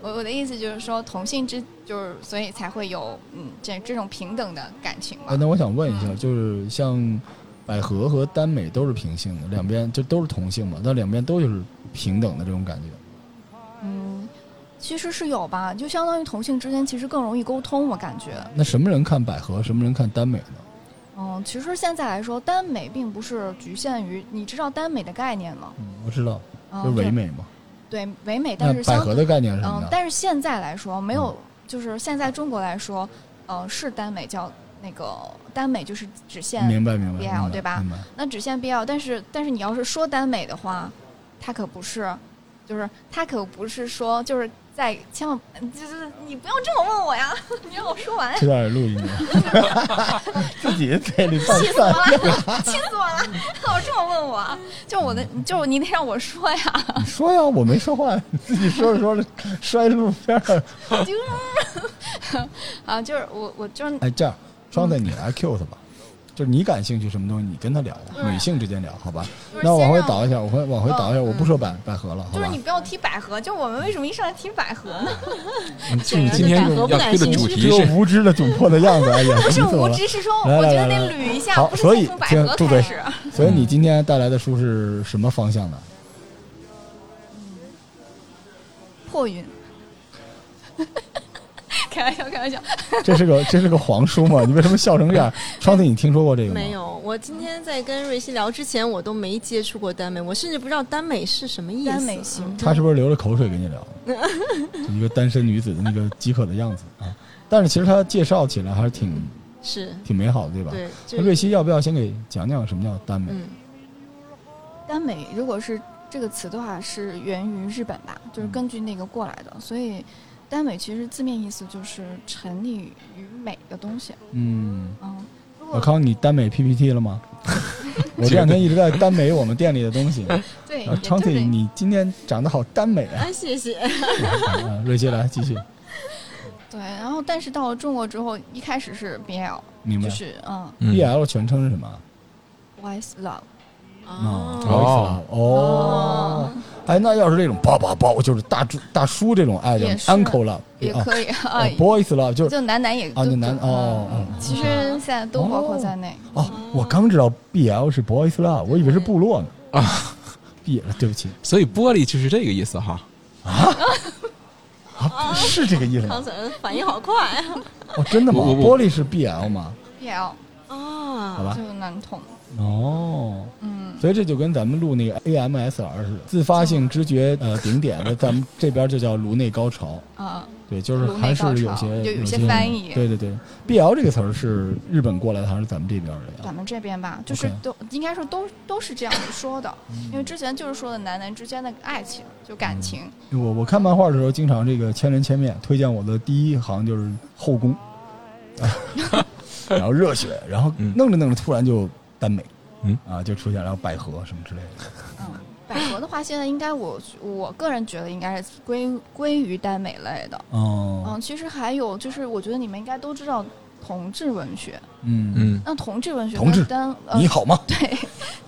C: 我我的意思就是说，同性之就是所以才会有嗯这这种平等的感情嘛
A: 哎，。那我想问一下，就是像百合和耽美都是平性的，两边这都是同性嘛？但两边都就是平等的这种感觉。
C: 嗯，其实是有吧，就相当于同性之间其实更容易沟通，我感觉。
A: 那什么人看百合，什么人看耽美呢？
C: 嗯，其实现在来说，耽美并不是局限于你知道耽美的概念吗？
A: 嗯，我知道，
C: 嗯，
A: 就是唯
C: 对
A: 美嘛。
C: 对唯美，但
A: 那
C: 是
A: 百
C: 相
A: 合的概念是什么
C: 嗯，
A: 呢？
C: 但是现在来说没有，就是现在中国来说，呃，是耽美叫那个耽美就是只限
A: 明白明白，
C: BL
A: 明白
C: 对吧 [LAUGHS]
A: 明白。
C: 那只限 BL，但是但是你要是说耽美的话，它可不是，就是它可不是说就是在千万就是你不要这么问我呀， [LAUGHS] 你让我说完，
A: 这段也录音呢，
C: [LAUGHS]
A: 自己在里放
C: 气死我了，气死我了，老这么问我啊，就是我的就是你得让我说呀， [LAUGHS]
A: 你说呀，我没说话， [LAUGHS] 你自己说着说着摔路边儿。
C: 就是啊，就是我我就是嗯
A: 哎，这样，双子你来 Q 他吧。就是你感兴趣什么东西，你跟他聊，
D: 嗯
A: 女性之间聊，好吧？
C: 就是
A: 那我往
C: 先
A: 回
C: 让
A: 倒一下，我会往回倒一下，我不说百百合了，好
C: 就是
A: 吧
C: 你？不要提百合，就我们为什么一上来提百合呢？
E: 你
D: 显
E: 今
D: 然
E: 今
D: 对
E: 天
D: 百合
E: 要
D: 不感
E: 推的
D: 兴
E: 主
D: 趣
E: 题
A: 只有
E: 是
A: 无知的窘迫的样子，哎
C: [LAUGHS]
A: 呀，
C: 不是
A: 你怎么
C: 无
A: 了？
C: 知，是说
A: 来
C: 我觉得
A: 来来
C: 得
A: 来
C: 捋一下，
A: 好
C: 不是
A: 所以
C: 先从百合
A: 先住嘴
C: 开始。
A: 所以你今天带来的书是什么方向的？
C: 破云， [LAUGHS] 开玩笑，开玩笑。
A: 这是个这是个黄书吗？你为什么笑成这
C: [LAUGHS]
A: 样？窗子，你听说过这个吗？
D: 没。有，我今天在跟瑞希聊之前，我都没接触过耽美，我甚至不知道耽美是什么意思。
C: 耽美行
D: 嗯
A: 他是不是流着口水跟你
C: [LAUGHS]
A: 聊？就一个单身女子的那个饥渴的样子啊！但是其实他介绍起来还是挺
D: 是
A: 挺美好的，对吧？
D: 对，就
A: 那瑞希要不要先给讲讲什么叫耽美？
D: 嗯，
C: 耽美如果是这个词的话，是源于日本吧，就是
D: 嗯
C: 根据那个过来的，所以耽美其实字面意思就是沉溺于美的东西。
A: 嗯，
C: 嗯，如
A: 老
C: 果
A: 康，你耽美 PPT 了
C: [LAUGHS]
A: 吗？我这两天一直在耽美我们店里的东西。
C: [LAUGHS] 对，
A: 啊
C: 也就
A: 昌子，
C: 是
A: 你今天长得好耽美
C: [LAUGHS]
A: 啊！
D: 啊，谢谢。
A: 啊瑞希来继续，
C: 对。然后，但是到了中国之后，一开始是 BL，
A: 明白
C: 就。是嗯
E: 嗯
A: BL 全称是什么？
C: ，Wise Love。
A: 啊，
E: 哦
A: 哦，哎，那要是这种叭叭叭，就是大叔大叔这种爱的
C: 也是
A: uncle 了，
C: 也
A: 啊
C: 可以 [LAUGHS] 啊
A: 啊，，boys 了，就是
C: 就男男也
A: 啊
C: 都
A: 就男
C: 都
A: 哦
C: 嗯
A: 哦
C: 其实现在都包括在内。
A: 哦，我刚知道 BL 是 boys love，我以为是部落呢 [LAUGHS]
C: 嗯
E: 啊
A: ，BL 对不起
E: 所以玻璃就是这个意思哈。
C: 哦
A: 啊，是这个意思
D: 康
A: 吗？
D: 子反应好快啊！
A: [LAUGHS] 哦，真的吗？
E: 我我
A: 玻璃是 BL 吗？
C: BL
A: 好吧
D: 啊，
C: 就男同，
A: 哦，
C: 嗯，
A: 所以这就跟咱们录那个 AMSR 似的，自发性知觉
C: 哦
A: 呃顶点的，
C: [LAUGHS]
A: 咱们这边就叫颅内高潮。
C: 啊，
A: 对，就是
C: 颅内
A: 还是
C: 高
A: 有
C: 潮
A: 些
C: 有有
A: 些
C: 些翻译
A: 对对对，BL 这个词儿是日本过来的，还是咱们这边的呀
C: 咱？们这边吧，就是
A: 啊 OK 嗯
C: 都应该说都都是这样子说的，因为之前就是说的男男之间的爱情，就感情，
A: 我我看漫画的时候，经常这个千人千面，推荐我的第一行就是后
C: [LAUGHS]
A: 宫，然后热血，然后
E: 嗯
A: 弄着弄着突然就耽美，
E: 嗯
A: 啊就出现，然后百合什么之类的。
C: 嗯。百合的话，现在应该我我个人觉得应该是归归于耽美类的。
A: 哦，
C: 嗯，其实还有就是，我觉得你们应该都知道同志文学。
A: 嗯
E: 嗯，
C: 那同志文学
A: 同志
C: 跟耽呃
A: 你好吗？
C: 对，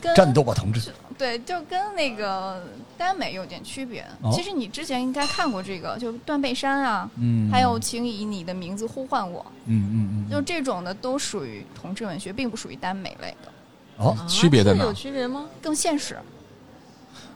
C: 跟
A: 战斗吧，同志！
C: 对，就跟那个耽美有点区别。
A: 哦
C: 其实你之前应该看过这个，就《断背山》啊，
A: 嗯，
C: 还有《请以你的名字呼唤我
A: 嗯嗯嗯，》，
C: 就这种的都属于同志文学，并不属于耽美类的，
A: 哦
D: 啊
E: 区别在哪
D: 这有区别吗？
C: 更现实。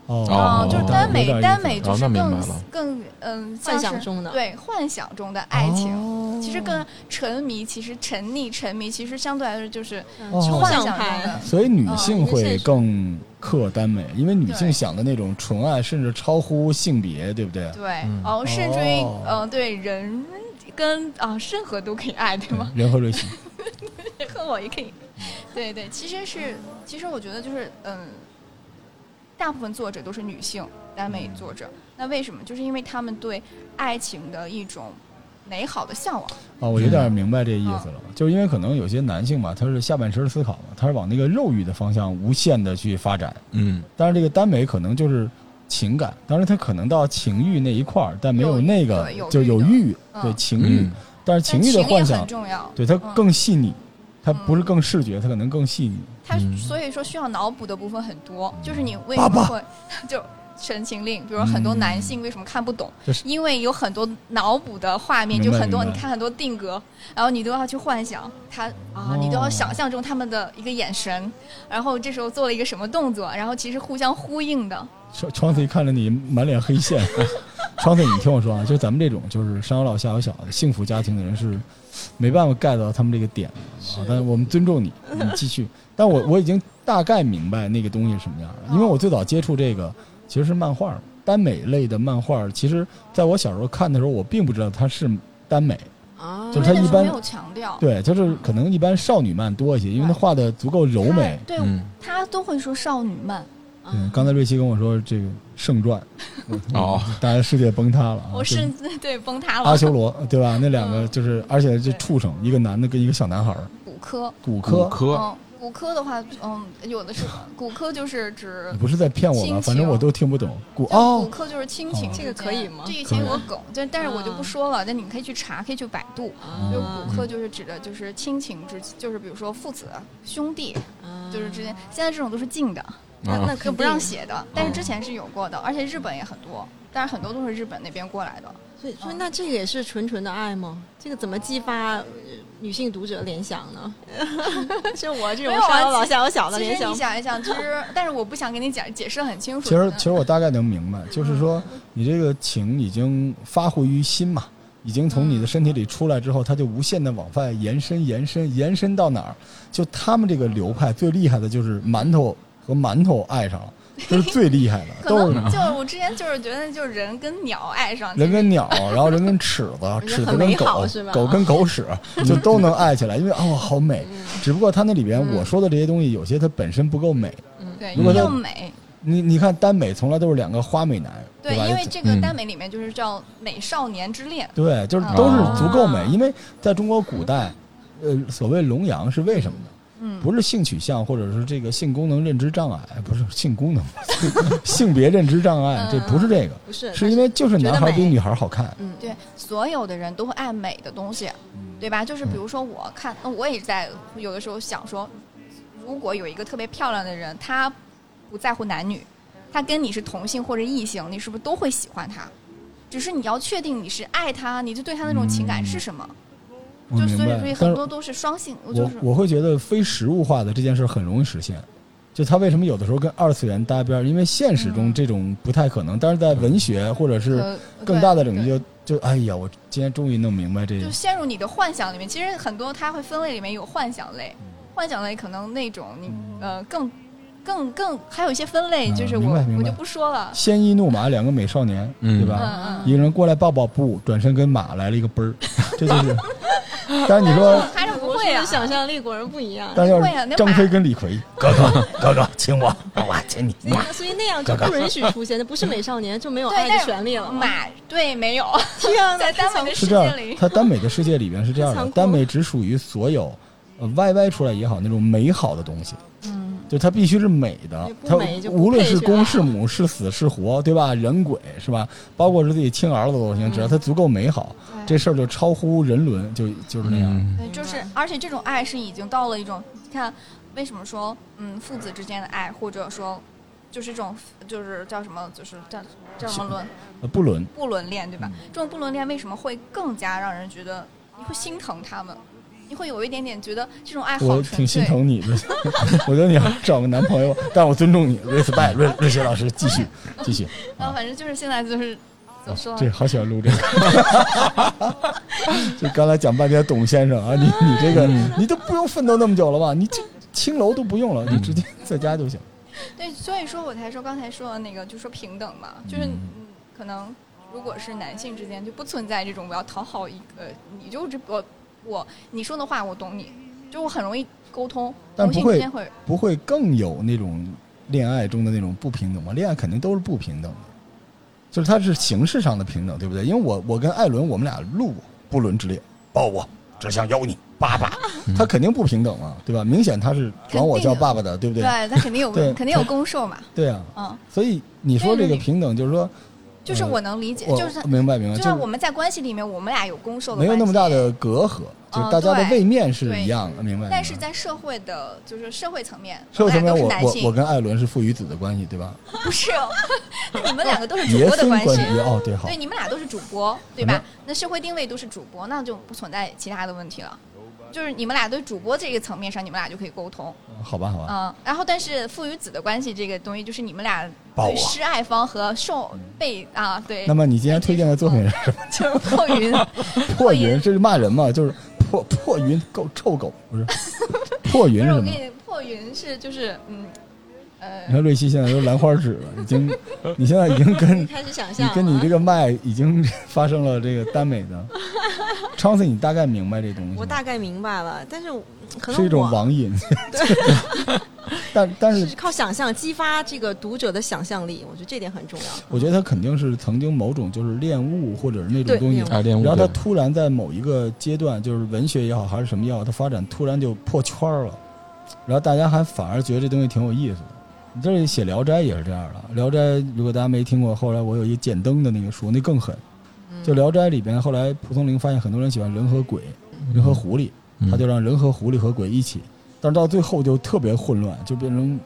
E: 哦
C: 嗯，就是
E: 哦
C: 耽
A: 有点
C: 美，
A: 意思
C: 耽美
E: 哦
C: 就是
E: 那明
C: 更
E: 白了
C: 更嗯，像
D: 幻想
C: 是
D: 中的
C: 对幻想中的爱情。
A: 哦
C: 其实跟沉迷，其实沉溺、沉迷，其实相对来说就是
A: 哦
D: 抽
C: 幻
D: 象
C: 想中
D: 派
C: 的。
A: 所以女
C: 啊
A: 性
D: 哦
A: 会
D: 人家
A: 更克耽美，因为女性
C: 对
A: 想的那种纯爱，甚至超乎性别，对不对？
C: 对
E: 嗯，
C: 哦，甚至于
A: 哦，
C: 嗯，对人跟啊任何都可以爱，对
A: 对
C: 吗？
A: 人和瑞
C: [LAUGHS]
A: 希，
C: 恨我也可以。对对，其实是，其实我觉得就是，嗯，大部分作者都是女性，耽
E: 嗯
C: 美作者。那为什么？就是因为他们对爱情的一种美好的向往。
A: 啊，我有
C: 嗯
A: 点明白这意思
C: 啊
A: 了，就是因为可能有些男性吧，他是下半身思考嘛，他是往那个肉欲的方向无限的去发展，
E: 嗯，
A: 但是这个耽美可能就是情感，当然他可能到情欲那一块儿，但没有
C: 有
A: 那个
C: 对有欲
A: 就有欲，
C: 嗯
A: 对情欲，
E: 嗯
A: 但是情
C: 但
A: 欲的幻
C: 也
A: 想
C: 很，重要。
A: 对它
C: 嗯
A: 更细腻，它不是
C: 嗯
A: 更视觉，它可能更细腻。
C: 它
E: 嗯
C: 所以说需要脑补的部分很多，就是你为
A: 嗯爸
C: 什
A: 爸嗯
C: 么会就。神情令，比如很多男性为什么看不懂？
A: 就是
C: 因为有很多脑补的画面，
A: 明
C: 就
A: 白
C: 很多，
A: 明
C: 你
A: 白
C: 看很多定格，然后你都要去幻想他啊，你都
A: 哦
C: 要想象中他们的一个眼神，然后这时候做了一个什么动作，然后其实互相呼应的。
A: 窗窗子一看着你满脸黑线， [LAUGHS] 窗子你听我说啊，就咱们这种就是上有老下有小的幸福家庭的人是没办法 get 到他们这个点的啊，但是我们尊重
C: [LAUGHS]
A: 你，你继续。但我我已经大概明白那个东西是什么样
C: 嗯
A: 了，因为我最早接触这个其实是漫画，耽美类的漫画。其实在我小时候看的时候，我并不知道它是耽美，
D: 啊，
A: 就是
C: 因
A: 它
C: 为那
A: 一
C: 时候
A: 般
C: 没有强调，
A: 对，就是可能一般少女漫多一些，因为它画的足够柔美。
C: 对
E: 嗯
C: 他都会说少女漫，
D: 啊
A: 嗯，刚才瑞希跟我说这个圣
C: [LAUGHS]
A: 传，嗯
E: 哦，
A: 大家世界崩塌了啊！
C: 我
A: 就是
C: 甚至对崩塌
A: 阿
C: 了
A: 修罗，对
C: [LAUGHS]
A: 吧？那两个
C: 嗯
A: 就是，而且这
C: 对
A: 畜生，一个男的跟一个小男孩儿，
C: 骨科，
A: 骨
E: 骨
A: 科
E: 科
D: 哦
C: 嗯，骨骨科的话，嗯，有的是骨科就是指
A: 你不是在骗我吧？
C: 亲
A: 反正
C: 情
A: 我都听不懂。骨
C: 就骨
A: 哦，
C: 科就是亲情
A: 哦
C: 之
D: 这
C: 间，
D: 个可以吗
C: 这以前有个
D: 可
C: 梗，就但是我就
D: 啊
C: 不说了，那你们可以去查，可以去百度。
D: 啊
C: 就
A: 嗯
C: 骨科就是指的就是亲情之，就是比如说父子、兄弟，就是
D: 啊
C: 之间，现在这种都是禁的，
E: 啊
D: 那嗯那
C: 就
D: 肯
C: 不让
D: 定，
C: 写的，但
A: 哦
C: 是之前是有过的，而且日本也很多，但是很多都是日本那边过来的。
D: 啊所以所以那这个也是纯纯的爱吗？这个怎么激发呃女性读者联想
C: [LAUGHS]
D: 呢？是我这种
C: 没有啊
D: 上
C: 其
D: 有老下有小的
C: 其
D: 联
C: 实
D: 想
C: 你，想一想，其实但是我不想给你讲解释得很清楚。
A: 其实
C: 嗯
A: 其实我大概能明白，就是说你这个情已经发乎于心嘛，已经从你的身体里出来之后，它就无限的往外延伸、延伸、延伸到哪儿？就他们这个流派最厉害的就是馒头和馒头爱上了，这是最厉害的，
C: [LAUGHS] 可
A: 都是
C: 能就我之前就是觉得，就是人跟鸟爱上，
A: 人跟鸟，然后人跟尺子，尺子
D: 很
A: 跟
D: 美
A: 狗
D: 好是，吧
A: 狗跟狗
C: [LAUGHS]
A: 屎，就都能爱起来，因为哦好美。
C: 嗯
A: 只不过它那里边
D: 嗯
A: 我说的这些东西，有些它本身不够美。
C: 对
A: 如果
C: 又
A: 他
C: 美，
A: 你你看耽美从来都是两个花美男，
C: 对，
A: 吧？
C: 因为这个
E: 嗯
C: 耽美里面就是叫美少年之恋，
A: 对，就是都
C: 哦
A: 是足够美，因为在中国古代，呃，所谓龙阳是为什么呢？
C: 嗯，
A: 不是性取向，或者是这个性功能认知障碍，不是性功能， [LAUGHS] 性别认知障
C: 嗯
A: 碍，这不是这个，
D: 不是
A: 是因为就是男孩比女孩好看，
D: 嗯
C: 对，所有的人都会爱美的东西，
A: 嗯
C: 对吧？就是比如说，我看，那我也在有的时候想说，如果有一个特别漂亮的人，她不在乎男女，她跟你是同性或者异性，你是不是都会喜欢她？只是你要确定你是爱她，你就对她那种情感是什么？
A: 嗯我
C: 就
A: 明
C: 所以
A: 白
C: 所以。
A: 但
C: 很
A: 是
C: 多都是双性，哦就
A: 我
C: 是
A: 我会觉得非实物化的这件事很容易实现。就他为什么有的时候跟二次元搭边儿？因为现实中这种不太可能，但是在文学或者是
C: 呃
A: 更大的领域
C: 对嗯
A: 就，就哎呀，我今天终于弄明白这
C: 就陷入你的幻想里面。其实很多它会分类里面有幻想类，
A: 嗯
C: 幻想类可能那种你呃更更更还有一些分类，
A: 嗯
C: 就是
A: 明
C: 我
A: 白明白
C: 我就不说了。
A: 鲜衣怒马两个美少年，
E: 嗯
A: 对
C: 嗯
A: 吧？
C: 嗯。
A: 一个人过来抱抱不，转身跟马来了一个奔
C: [LAUGHS]
A: 儿，这就是。但是你说，
C: 还是不会啊
D: 我说想象力果然不一样。
A: 但是要
C: 会啊
A: 是
C: 那
A: 张
C: 马
A: 飞跟李逵，哥哥哥哥亲我，我亲你。
D: 所以，所以那样就不允许出现，那不是美少年就没有
C: 对，
D: 爱
C: 但
D: 的
C: 是
D: 权利了吗。
C: 马对没有，
D: [LAUGHS] 天啊哪，
C: [LAUGHS] 在耽
D: [LAUGHS]
C: 美的
A: 是
C: 世
A: 这
C: 界
A: 样，
C: 里，
A: 它耽美的世界里边是这样的，
D: 太 [LAUGHS] 残酷了
A: 耽美只属于所有呃 YY 出来也好那种美好的东西，
C: 嗯，
A: 就它必须是美的
D: 也，不
A: 它
D: 美就不
A: 无论
D: 配
A: 是
D: 角
A: 公
D: 啊
A: 是母是死是活，对吧？人鬼是吧？包括是自己亲儿子都行，
D: 嗯
A: 只要它足够美好，这事儿就超乎人伦，就就是那样。
E: 嗯
C: 对，就是而且这种爱是已经到了一种，你看为什么说嗯父子之间的爱，或者说就是这种就是叫什么，就是叫叫什么伦
A: 呃不伦，
C: 不伦恋，对吧？
A: 嗯
C: 这种不伦恋为什么会更加让人觉得你会心疼他们？你会有一点点觉得这种爱好
A: 我
C: 纯
A: 挺心
C: 粹，
A: 疼
D: [LAUGHS]
A: 你的，我觉得你还是找个男朋友，但我尊重你，respect 瑞瑞雪老师，继续继续，
C: 然后反正就是现在就是怎么说啊呢
A: 哦这好喜欢录这个， [LAUGHS] 就刚才讲半天董先生啊，你你这个你都不用奋斗那么久了吧？你
C: [LAUGHS]
A: 这青楼都不用了，你直接在家就行。
C: 对，所以说我才说刚才说的那个，就说平等嘛，就是
E: 嗯
C: 嗯可能如果是男性之间就不存在这种我要讨好一个，呃你就这我我你说的话我懂你，就我很容易沟通，
A: 但不
C: 同性
A: 会
C: 之间会
A: 不会更有那种恋爱中的那种不平等吗？恋爱肯定都是不平等的，就是它是形式上的平等，对不对？因为我我跟艾伦我们俩录过不伦之恋，抱哦我只想要你，爸爸， [LAUGHS] 他肯定不平等啊，对吧？明显他是管我叫爸爸的，对不对？
C: 对他肯定有
A: 对
C: 肯定有攻受嘛，
A: 对啊，
C: 嗯，
A: 所以你说这
C: 对
A: 个
C: 对对
A: 平等，就是说，
C: 就是
A: 呃
C: 我能理解，
A: 我
C: 就是
A: 明白明白，
C: 就
A: 就是
C: 像我们在关系里面，我们俩有攻受的
A: 没有
C: 关
A: 那么大
C: 系
A: 的隔阂，就
C: 嗯
A: 大家的
C: 对
A: 位面是
C: 对
A: 一样的，明白？
C: 但是
A: 明白
C: 在社会的，就是社会层面，
A: 嗯社会层面，
C: 我
A: 我
C: 们俩都是男
A: 我我
C: 性，
A: 跟艾伦是父与子的关系，对吧？
C: [LAUGHS] 不是，哦你们两个都是 [LAUGHS] 主
A: 爷
C: 播的
A: 孙
C: 关
A: 关
C: 系
A: 系，哦，对，好嗯
C: 对，，你们俩都是主播，对吧？那社会定位都是主播，那就不存在其他的问题了。就是你们俩对主播这个层面上，你们俩就可以沟通，
A: 好吧，好吧，
C: 嗯。然后，但是父与子的关系这个东西，就是你们俩
A: 抱我
C: 对施爱方和受被啊，对
A: 啊嗯那，么你今天推荐的作
C: 嗯
A: 品是
C: 就是破云，
A: [LAUGHS] 破云，这是骂人嘛？就是破破云狗臭狗，不是破
C: 不
A: 云
C: 是
A: 是什
C: 我跟
A: 么？
C: 你破云是就是嗯
A: 你
C: 呃，
A: 看瑞希现在都兰花指了，已经，你现在已经
C: [LAUGHS]
A: 跟
D: 开始想
A: 你
D: 象了啊，
A: 跟你这个麦已经发生了这个耽美的
C: [LAUGHS]
A: ，Chance，你大概明白这东西吗？
D: 啊我大概明白了，但是我可能
A: 是一种
D: 我
A: 网瘾， [LAUGHS] 但但是
D: 是靠想象激发这个读者的想象力，我觉得这点很重要。
A: 我觉得他肯定是曾经某种就是恋物或者是那种
D: 对
A: 东西
D: 恋物，
E: 爱恋物
A: 然后他
E: 对
A: 突然在某一个阶段，就是文学也好还是什么也好，他发展突然就破圈儿了，然后大家还反而觉得这东西挺有意思的。你这写《聊斋》也是这样的，《聊斋》如果大家没听过，后来我有一个剪灯的那个书，那更狠。
D: 嗯
A: 就《聊斋》里边，后来蒲松龄发现很多人喜欢人和鬼、人和狐狸，
E: 嗯
A: 他就让人和狐狸和鬼一起，但是到最后就特别混乱，就变成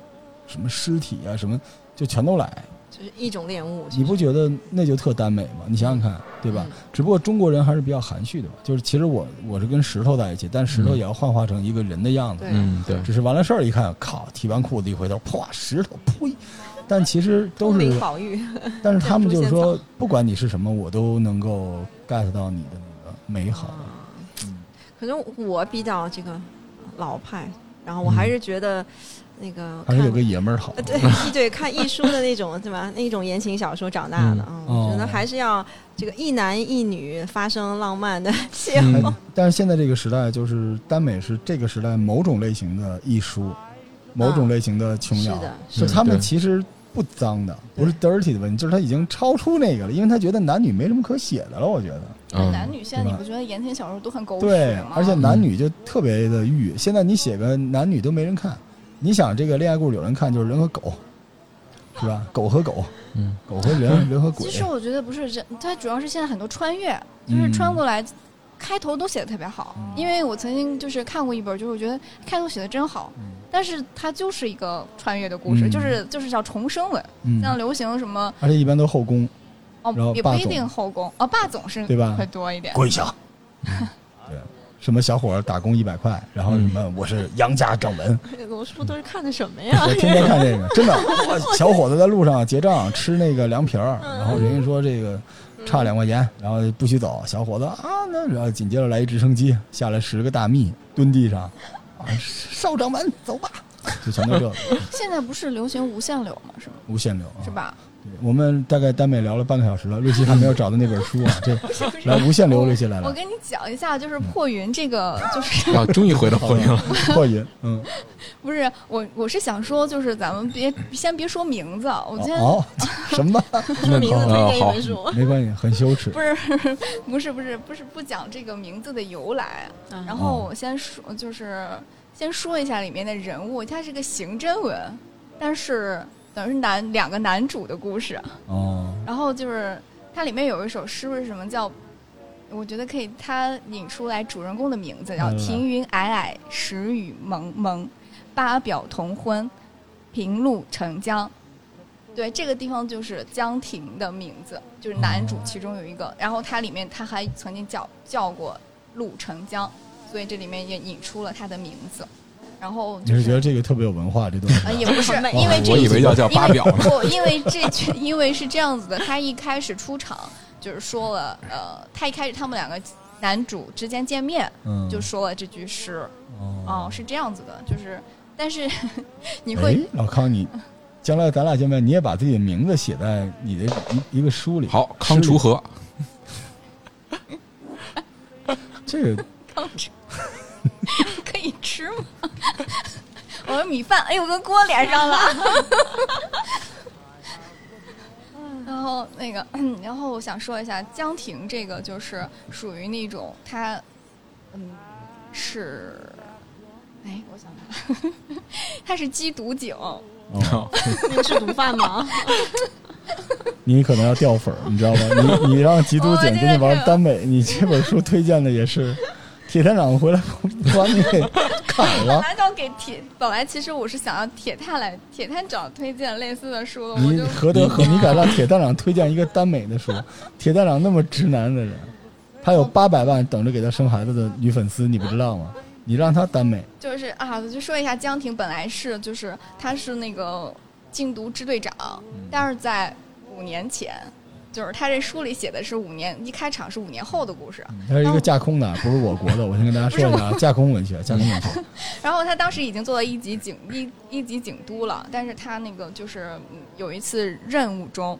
A: 什么尸体啊什么，就全都来。
D: 就是一种恋物。
A: 你不觉得那就特耽美吗？你想想看，对
D: 嗯
A: 吧？只不过中国人还是比较含蓄的吧，就是其实我我是跟石头在一起，但石头
E: 嗯
A: 也要幻化成一个人的样子。
D: 对
E: 嗯，对，
A: 只是完了事儿一看，靠，提完裤子一回头，啪，石头，呸！但其实都
D: 通灵
A: 是，
D: 宝玉，
A: 但是他们就是
D: 这样
A: 说
D: 诛仙，
A: 不管你是什么，我都能够 get 到你的那个美好。
D: 哦嗯
A: 嗯
D: 可能我比较这个老派，然后我还是觉得那个
A: 嗯还是
D: 看
A: 有个爷们儿好
D: 呃。
A: [LAUGHS]
D: 对对看艺术的那种对吧？那种言情小说长大的啊，我觉
A: 哦
D: 得还是要这个一男一女发生浪漫的邂逅。
E: 嗯
A: 但是现在这个时代，就是耽美是这个时代某种类型的艺术，某种类型的琼瑶
D: 啊是的，
E: 是的
A: 就嗯他们
E: 对
A: 其实不脏的，不是 dirty 的问题，就是他已经超出那个了，因为他觉得男女没什么可写的了，我觉得。
E: 嗯
C: 男女现在
A: 对
C: 你
A: 吧
C: 不觉得言情小说都很狗
A: 对
C: 血吗？，
A: 而且男女就特别的欲。现在你写个男女都没人看，你想这个恋爱故事有人看，就是人和狗，是
C: [LAUGHS]
A: 吧？狗和狗，
E: 嗯，
A: 狗和人，人和鬼
C: 其。实我觉得不是人，它主要是现在很多穿越，就
A: 嗯
C: 是穿过来，开头都写的特别好。因为我曾经就是看过一本，就是我觉得开头写的真好，但是它就是一个穿越的故事，
A: 嗯
C: 就是就是叫重生文，
A: 嗯，
C: 像流行什么
A: 而且一般都后宫，
C: 哦
A: 然后，
C: 也
A: 霸
C: 不一
A: 总
C: 定后宫哦，霸总是
A: 对吧
C: 会多一点。
A: 跪
C: [LAUGHS]
A: 下。对，什么小伙儿打工一百块，然后什么
C: 嗯
A: 我是杨家掌门，
D: 罗叔都是看的什
C: [LAUGHS]
D: 么呀？
A: 我天天看 [LAUGHS] 这个，真的。哇小伙子在路上结账吃那个凉皮儿，
C: 嗯
A: 然后人家说这个差两块钱，然后不许走。小伙子啊，那然后紧接着来一直升机，下来十个大蜜蹲地上，啊，少掌门走吧，就全都这个
C: 现在不是流行无限流嘛，是吗？
A: 无限流啊
C: [LAUGHS] 是？吧？
A: 对我们大概耽美聊了半个小时了，瑞希还没有找到那本书
C: [LAUGHS]
A: 啊，这
C: 不是
A: 来无限流，瑞希来
C: 我
A: 了，嗯
C: 跟你讲一下，就是破云这个，就是 [LAUGHS]
E: 啊，终于回到婚
A: [LAUGHS]
E: 姻了。
A: 破音，嗯，
C: 不是我，我是想说，就是咱们别先别说名字，啊我今天
A: 哦，什么？
D: 说名字推荐一
E: 啊好
D: 本，书，
A: 没关系，很羞耻
C: 不。是 [LAUGHS] 不是不是不是不讲这个名字的由来，
D: 然
C: 然后我先说就是先说一下里面的人物，它是个刑侦文，但是等于是男两个男主的故事，
A: 哦，
C: 然后就是它里面有一首诗，不是什么叫？我觉得可以，它引出来主人公的名字，叫
A: 来来来
C: 庭云霭霭，时雨蒙蒙，八表同昏，平路成江。对，这个地方就是江亭的名字，就是男主其中有一个。然后它里面他还曾经叫叫过陆成江，所以这里面也引出了他的名字。然后
A: 你
C: 就是
A: 觉
C: 是
A: 得这个特别有文化，这东西
C: 呃，也不是
D: 很美
C: 因为这
E: 我以
C: 一
E: 为要叫八表呢。
C: 不，因为这句，因为是这样子的，他一开始出场就是说了，呃，他一开始他们两个男主之间见面
A: 嗯，
C: 就说了这句诗，哦，是这样子的，就是，但是 [LAUGHS] 你
A: 哎
C: 会，
A: 老康，
C: [LAUGHS]
A: 你将来咱俩见面，你也把自己的名字写在你的一一个书里。 [LAUGHS]
E: 好，康
A: 书
E: 楚
A: 里
E: 河，
A: 这个
C: 刚吃，可以吃吗？ [LAUGHS] 我的米饭，哎呦，跟锅连上了。 [LAUGHS] 然后那个， [CLEARS THROAT] 然后我想说一下江婷这个，就是属于那种她，嗯，是，哎，我想想， [LAUGHS] 她是缉毒警，
A: 哦
D: 那个是毒贩 [LAUGHS] 吗？
A: 你可能要掉粉儿，你知道吗？你你让缉
C: 哦
A: 毒警给你玩耽美，你这本书推荐的也
C: [LAUGHS]
A: 是铁探长回来把你给砍
C: 本
A: 了。
C: 来要给铁，本来其实我是想要铁探来铁探长推荐类似的书的， [LAUGHS] 我
A: 你
C: 就
A: 何德何？你敢让铁探长推荐一个耽美的书？铁探长那么直男的人，他有八百万等着给他生孩子的女粉丝，你不知道吗？你让他耽美，
C: 就是啊，我就说一下江婷，本来是就是她是那个禁毒支队长，但是在五年前，就是她这书里写的是五年一开场是五年后的故事，啊
A: 他是一个架空的，不是我国的。我先跟大家说一下啊，架空文学，架空文
C: [LAUGHS]
A: 学。
C: 然后她当时已经做到一级警一一级警督了，但是她那个就是嗯有一次任务中，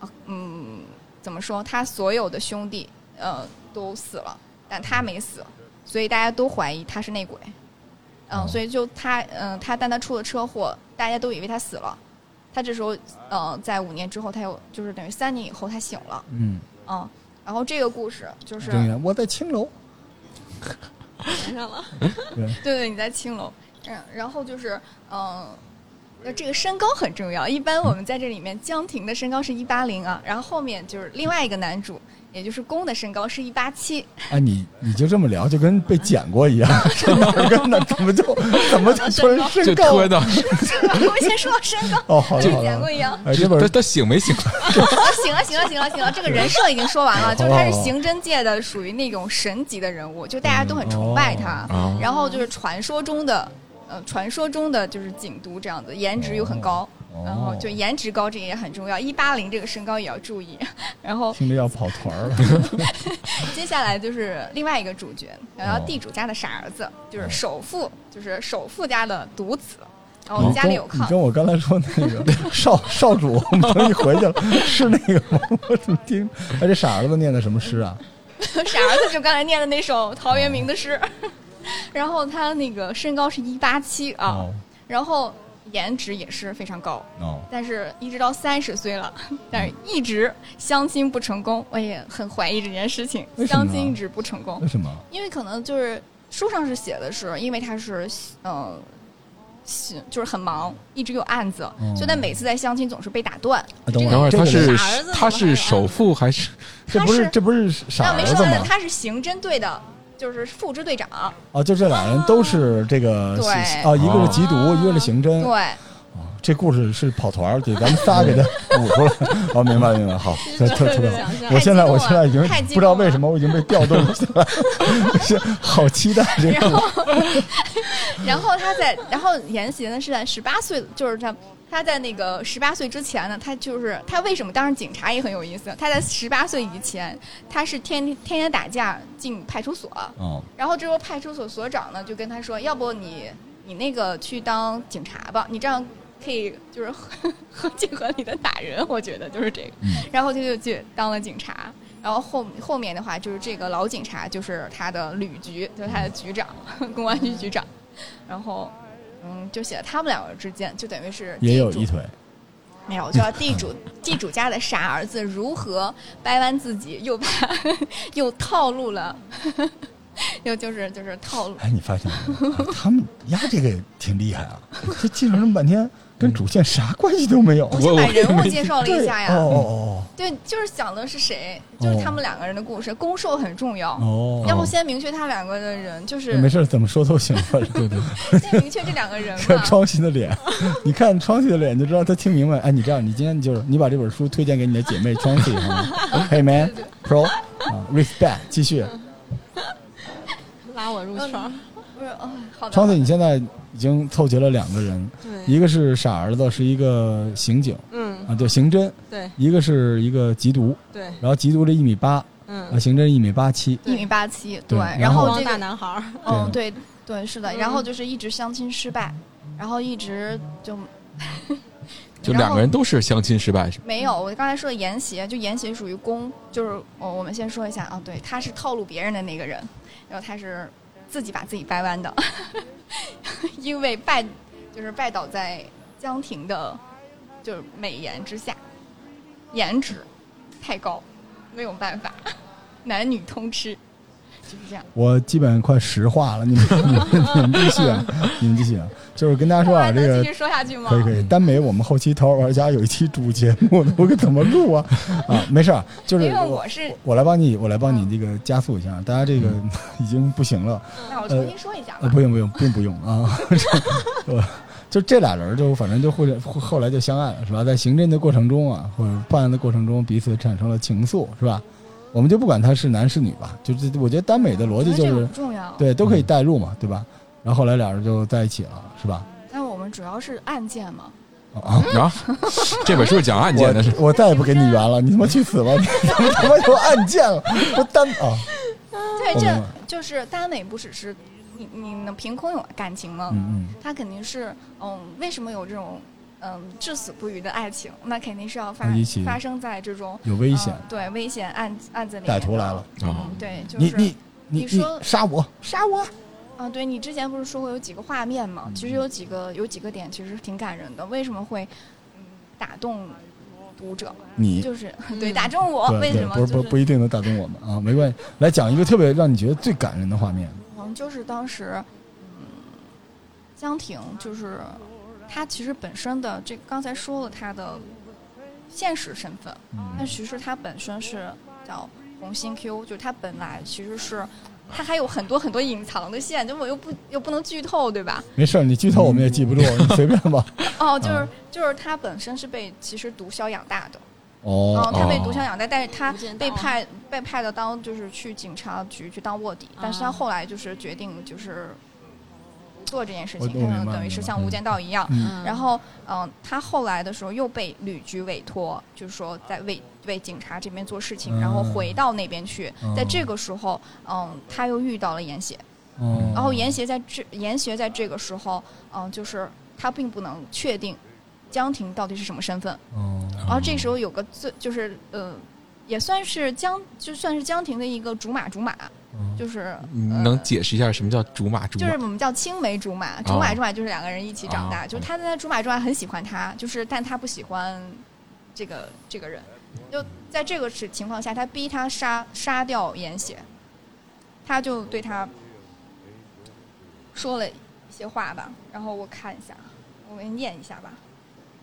C: 啊嗯，怎么说？她所有的兄弟呃都死了，但她没死，所以大家都怀疑她是内鬼。嗯，
A: 哦
C: 所以就她嗯她但她出了车祸，大家都以为她死了。她这时候呃在五年之后，她又就是等于三年以后她醒了。
A: 嗯，
C: 嗯，然啊后这个故事就是
A: 对呀，我在青楼。
D: 连上了。
C: 对对，你在青楼。嗯，然后就是嗯。那这个身高很重要。一般我们在这里面，江婷的身高是一八零啊，然后后面就是另外一个男主，也就是公的身高是一八七， [LAUGHS]
A: 哎，你你就这么聊，就跟被剪过一样，这哪儿跟哪儿怎么就怎么就突
C: [LAUGHS]
A: 然
E: 就
A: 身高
E: 磕？到，
C: 我们先说到身高，
A: 哦， [LAUGHS] 好
C: 之
A: 了好
C: 前
A: 了
C: 过，一样。 [LAUGHS]
A: 哎，这本
E: 他他醒没醒？
C: 啊，行了，行了，行了，行了，这个人设已经说
A: [LAUGHS]
C: 完了，就是他是
A: 好好好
C: 刑侦界的属于那种神级的人物，就大家
A: 嗯
C: 都很崇拜他，
A: 啊
E: 哦
C: 然后就是传说中的。呃，传说中的就是警督这样子，颜值又很高，然后
A: 哦，
C: 就颜值高，这也很重要。一八零这个身高也要注意。 [LAUGHS] 然后
A: 听着要跑团儿了。
C: 接下来就是另外一个主角，然后
A: 哦
C: 地主家的傻儿子，就是
A: 哦
C: 首富，就是首富家的独子，然
A: 你
C: 后家里
A: 跟
C: 有
A: 你
C: 炕，
A: 跟我刚才说那个少少主，我们等你回去了， [LAUGHS] 是那个吗？我怎么听？哎，这傻儿子念的什么诗啊？
C: [LAUGHS] 傻儿子就刚才念的那首陶渊明的诗， [LAUGHS] 然后他那个身高是一八七啊，
A: 哦
C: 然后颜值也是非常高，
A: 哦，
C: 但是一直到三十岁了， [LAUGHS] 但是一直相亲不成功，我也很怀疑这件事情
A: 为，什么
C: 相亲一直不成功
A: 为，什么？啊
C: 因为可能就是书上是写的是，因为他是呃。是就是很忙，一直有案子，
A: 嗯
C: 所以他每次在相亲总是被打断。
A: 等
E: 等会儿
A: 这
E: 他
A: 个
E: 是
D: 傻儿子
E: 他
D: 怎么还有
E: 是首富还是
A: 这不
C: 他
A: 是
C: 是
A: 这不是
C: 那
A: 傻
C: 没
A: 儿
C: 说
A: 子
C: 完呢，
A: 吗？
C: 他是刑侦队的，就是副支队长。
A: 哦，就这俩人都是这个
C: 哦对哦
A: 啊，一个是缉毒，一个是刑侦。
C: 对，
A: 这故事是跑团儿，得 [LAUGHS] 咱们仨给他舞出来。哦，明白明白，好，特特特别好。
D: 想象
A: 我现在
C: 太激动了
A: 我现在已经
C: 太激动了哎
A: 不知道为什么我已经被调动起 [LAUGHS] 来了，我现在好期待这
C: 然
A: 个。
C: 后，然后他在，然后严刑呢是在十八岁，就是他他在那个十八岁之前呢，他就是他为什么当上警察也很有意思。他在十八岁以前，他是天天天天打架进派出所，
A: 哦，
C: 然后这时候派出所所长呢就跟他说，要不你你那个去当警察吧，你这样。可以，就是 [LAUGHS] 合合情合理的打人，我觉得就是这个。
A: 嗯
C: 然后他就去当了警察，然后后后面的话就是这个老警察就是他的旅局，就是他的
A: [LAUGHS]
C: 局长，公安局局长，然后。嗯，就写他们两个之间，就等于是
A: 也
C: 地
A: 有
C: 主
A: 一腿。
C: 没有，就要地主地主家的傻儿子如何掰弯自己，又把 [LAUGHS] 又套路了， [LAUGHS] 又就是就是套路。
A: 哎，你发现没有？啊他们压这个挺厉
C: [LAUGHS]
A: 害啊，这介绍这么半天，跟主线啥关系都没有。
C: 我先
E: 我
C: 把
E: 我
C: 人物介绍了一
A: 对
C: 下呀，
A: 哦哦
C: 对，就是讲的是谁，就是他们两个人的故事，攻受很重要，
A: 哦
C: 要
A: 哦
C: 不先明确他两个的人，就是
A: 哦，没事儿，怎么说都行，反正
E: 对对
C: 先明确这两
A: [LAUGHS]
C: 个人
A: 看
C: 吧。
A: 窗曦的脸，你看窗曦的脸就知道他听明白。哎，你这样，你今天就是你把这本书推荐给你的姐妹窗曦，好吗？Hey man, pro 啊，respect，继续。
D: 拉我入圈儿。
C: 不是，哦，好的。
A: 窗曦，你现在已经凑齐了两个人，
D: 对，
A: 一个是傻儿子，是一个刑警
D: 嗯，
A: 啊，对，刑侦；
D: 对
A: 一个是一个缉毒，
D: 对，
A: 然后缉毒这一米八，啊，
D: 嗯，
A: 刑侦一米八七。
C: 一米八七，
A: 对然
C: 然
A: 后
C: 后
D: 光
C: 这
D: 大
C: 个，
D: 男孩儿，
C: 嗯，对对是的，
D: 嗯
C: 然后就是一直相亲失败，然后一直就 [LAUGHS]
E: 就两个人都是相亲失败是吧？
C: 没有。我刚才说的严邪，就严邪属于攻，就是我我们先说一下啊，对，他是套路别人的那个人，然后他是自己把自己掰弯的， [LAUGHS] 因为拜就是拜倒在江婷的，就是美颜之下，颜值太高，没有办法， [LAUGHS] 男女通吃，就是这样。
A: 我基本快石化了，你们 [LAUGHS] 你们你们继续，啊，你们继续，啊，就是跟大家说啊，
C: 那
A: 这
C: 能
A: 个
C: 继续说下去吗？
A: 可以可 [LAUGHS] 以，耽美我们后期《头号玩家》有一期主节目，我可怎么录啊？ [LAUGHS] 啊，没事儿，就是
C: 因为
A: 我嗯
C: 我是，
A: 我来帮你，我来帮你这个加速一下，大家这个 [LAUGHS] 已经不行了，
C: 那我重新说一下
A: 呃，
C: 吧。
A: 不用不用，并不用啊， [LAUGHS] 这我就这俩人就反正就后来后来就相爱了，是吧？在刑侦的过程中啊，或者办案的过程中，彼此产生了情愫，是吧？我们就不管他是男是女吧，就是我觉得耽美的逻辑就嗯
C: 这个
A: 是
C: 不重要。，
A: 对都可以代入嘛，对吧？然后后来俩人就在一起了，是吧？
C: 但我们主要是案件嘛。
A: 啊。
E: 啊，这本书是讲案件的是吧？
A: 我我再也不跟你圆了，你他妈去死吧！ [LAUGHS] 你他妈他妈有案件了，不单啊，
C: 对，
A: 我明白
C: 这就是耽美不只是你你能凭空有感情吗？
A: 嗯嗯，
C: 它肯定是嗯，为什么有这种嗯至死不渝的爱情？那肯定是要发
A: 那一起
C: 发生在这种
A: 有危
C: 危
A: 险，
C: 对危险案案子里面
A: 歹
C: 的。
A: 徒来了，
E: 啊
C: 嗯，，对，就
A: 你
C: 是
A: 你你
C: 你说
A: 杀我杀我，
C: 啊，对你之前不是说过有几个画面嘛？其
A: 嗯
C: 实有几个有几个点其实挺感人的，为什么会嗯打动读者？
A: 你
C: 就是
D: 嗯
C: 对打中我，
A: 对
C: 为
A: 对，
C: 什么？
A: 不是不
C: 就是
A: 不一定能打动我们啊，没关系，来讲一个特别让你觉得最感人的画面，
C: 好像就是当时，嗯，江婷就是她其实本身的这刚才说了她的现实身份，但
E: 嗯
C: 其实她本身是叫红心 Q，就是她本来其实是她还有很多很多隐藏的线，就我又不又不能剧透，对吧？
A: 没事儿，你剧透我们也记不住，
C: 嗯
A: 你随便吧。
C: 哦，就是、
A: 啊
C: 就是她本身是被其实毒枭养大的，
A: 哦
C: [LAUGHS] 哦，她被
E: 哦
C: 毒枭养大，但是她
D: 无间
C: 被
D: 道
C: 派被派的当就是去警察局去当卧底，但是她
D: 啊
C: 后来就是决定就是不做这件事
A: 我
C: 情，
A: 我明白
C: 她等于
A: 明
C: 是
A: 白
C: 像《无
E: 嗯
C: 间道》一样。
A: 嗯
C: 然后，嗯、她后来的时候又被旅局委托，就是说在为为警察这边做事情，然后回
A: 嗯
C: 到那边去。在这个时候，嗯，她又遇到了严邪，
A: 哦
C: 然后严邪在这严邪在这个时候，嗯，就是他并不能确定江婷到底是什么身份。
A: 哦
C: 然后这时候有个最就是呃，也算是江就算是江婷的一个竹马竹马，
A: 哦
C: 就是、
E: 你
C: 呃
E: 能解释一下什么叫竹马竹
C: 就
E: 马？
C: 是我们叫青梅竹马，
A: 哦
C: 竹马竹马就是两个人一起长大，
E: 哦
C: 就是他在竹马竹马很喜欢他，就是但他不喜欢这个这个人，就在这个是情况下，他逼他杀杀掉严邪，他就对他说了一些话吧，然后我看一下，我给你念一下吧，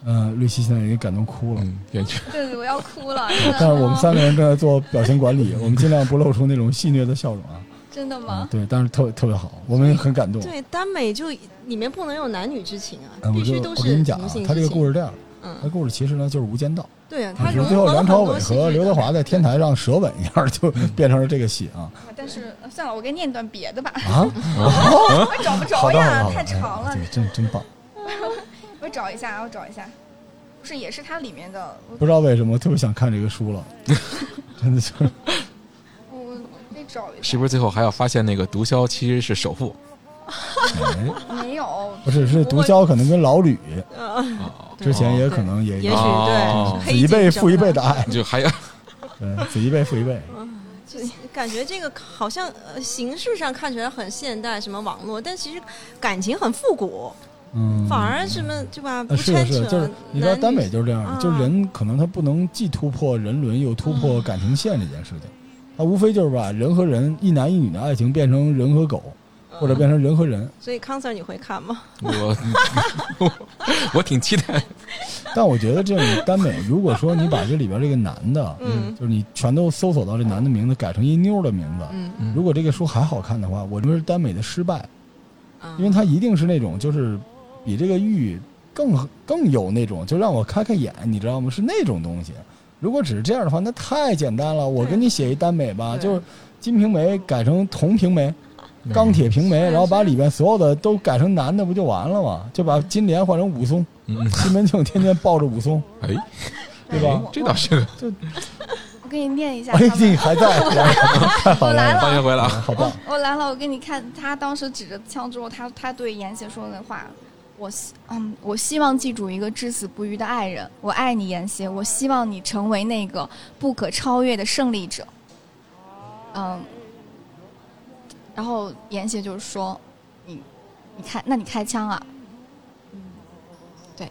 A: 嗯，绿溪现在已经感动哭了。
E: 嗯，感觉
C: 对，我要哭了，真的
A: 但是我们
C: 吗
A: 三个人正在做表情管理，我们尽量不露出那种戏谑的笑容啊。
C: 真的
A: 啊
C: 吗？
A: 对，但是特特别好，我们也很感动。
D: 对，耽美就里面不能有男女之情啊，
A: 嗯我
D: 必
A: 就
D: 须都
A: 我跟
D: 是
A: 你讲
D: 同
A: 啊
D: 性，
A: 他这
D: 之
A: 个
D: 情。
A: 故事这样，他
D: 嗯，
A: 故事其实呢就是《无间道》，
D: 对啊，他
A: 只是
D: 融
A: 最后
D: 合了
A: 梁
D: 很
A: 朝
D: 多
A: 伟
D: 戏
A: 和
D: 剧
A: 刘德
D: 的嗯
A: 华在天台上舌吻一样，就变成了这个戏啊
C: 啊但是呃算了，我给你念段别的吧， [LAUGHS]
D: [LAUGHS]
A: 啊！
C: 我找不
A: 好
C: 着
A: 的
C: 呀
A: 好，的，
C: 太长
A: 哎
C: 了
A: 对，，真真棒。
C: 我找一下，我找一下，不是，也是它里面的，我
A: 不知道为什么，我特别想看这个
D: [LAUGHS]
A: 书了，真的就是
C: 我我得找一下，
E: 是不是最后还要发现那个毒枭其实是首富？
A: 哎，
C: 没有，
A: 不是是毒枭，可能跟老吕
D: 嗯，
E: 哦
A: 之前也可能也
D: 也
A: 有
D: 许
E: 哦
A: 子
D: 对，黑
A: 啊一辈
D: 镜
A: 父一辈的
D: 什么
A: 爱，
E: 就还要
A: 对，子一辈父一辈，
D: 就感觉这个好像呃形式上看起来很现代，什么网络，但其实感情很复古，
A: 嗯，
D: 反而什么对吧？不
A: 呃是的
D: 牵
A: 是
D: 扯
A: 的，就是你知道耽
D: 男女
A: 美就是这样的，
D: 啊嗯
A: 就是人可能他不能既突破人伦又突破感情线这件事情，他无非就是把人和人一男一女的爱情变成人和狗，
D: 嗯
A: 或者变成人和人。
D: 所以康 Sir 你会看吗？
E: 我我 [LAUGHS] 我挺期待，
A: 但我觉得这种耽美，如果说你把这里边这个男的，
D: 嗯
A: 就是你全都搜索到这男的名字改成一妞的名字，
D: 嗯
E: 嗯
A: 如果这个书还好看的话，我认为是耽美的失败，
D: 啊
A: 因为它一定是那种就是比这个玉更更有那种，就让我开开眼，你知道吗？是那种东西。如果只是这样的话，那太简单了。我给你写一耽美吧，
D: 对
A: 就是《金瓶梅》改成《铜瓶梅》。钢铁瓶梅，
D: 是
A: 然后把里边所有的都改成男的，不就完了吗？就把金莲换成武松，
E: 嗯，嗯
A: 西门庆天天抱着武松，
E: 哎，
A: 对吧
E: 哎这倒是，
C: 我给你念一下
A: 哎
C: 他，
A: 你
C: 们。
A: 还在，太好
C: 我来
A: 了，
E: 欢迎回来啊！
A: 好棒！
C: 我哦来了，我给你看，他当时指着枪之后，他他对严邪说的话，我希嗯，我希望记住一个至死不渝的爱人，我爱你，严邪，我希望你成为那个不可超越的胜利者。嗯，然后严邪就说，你你开，那你开枪啊？对，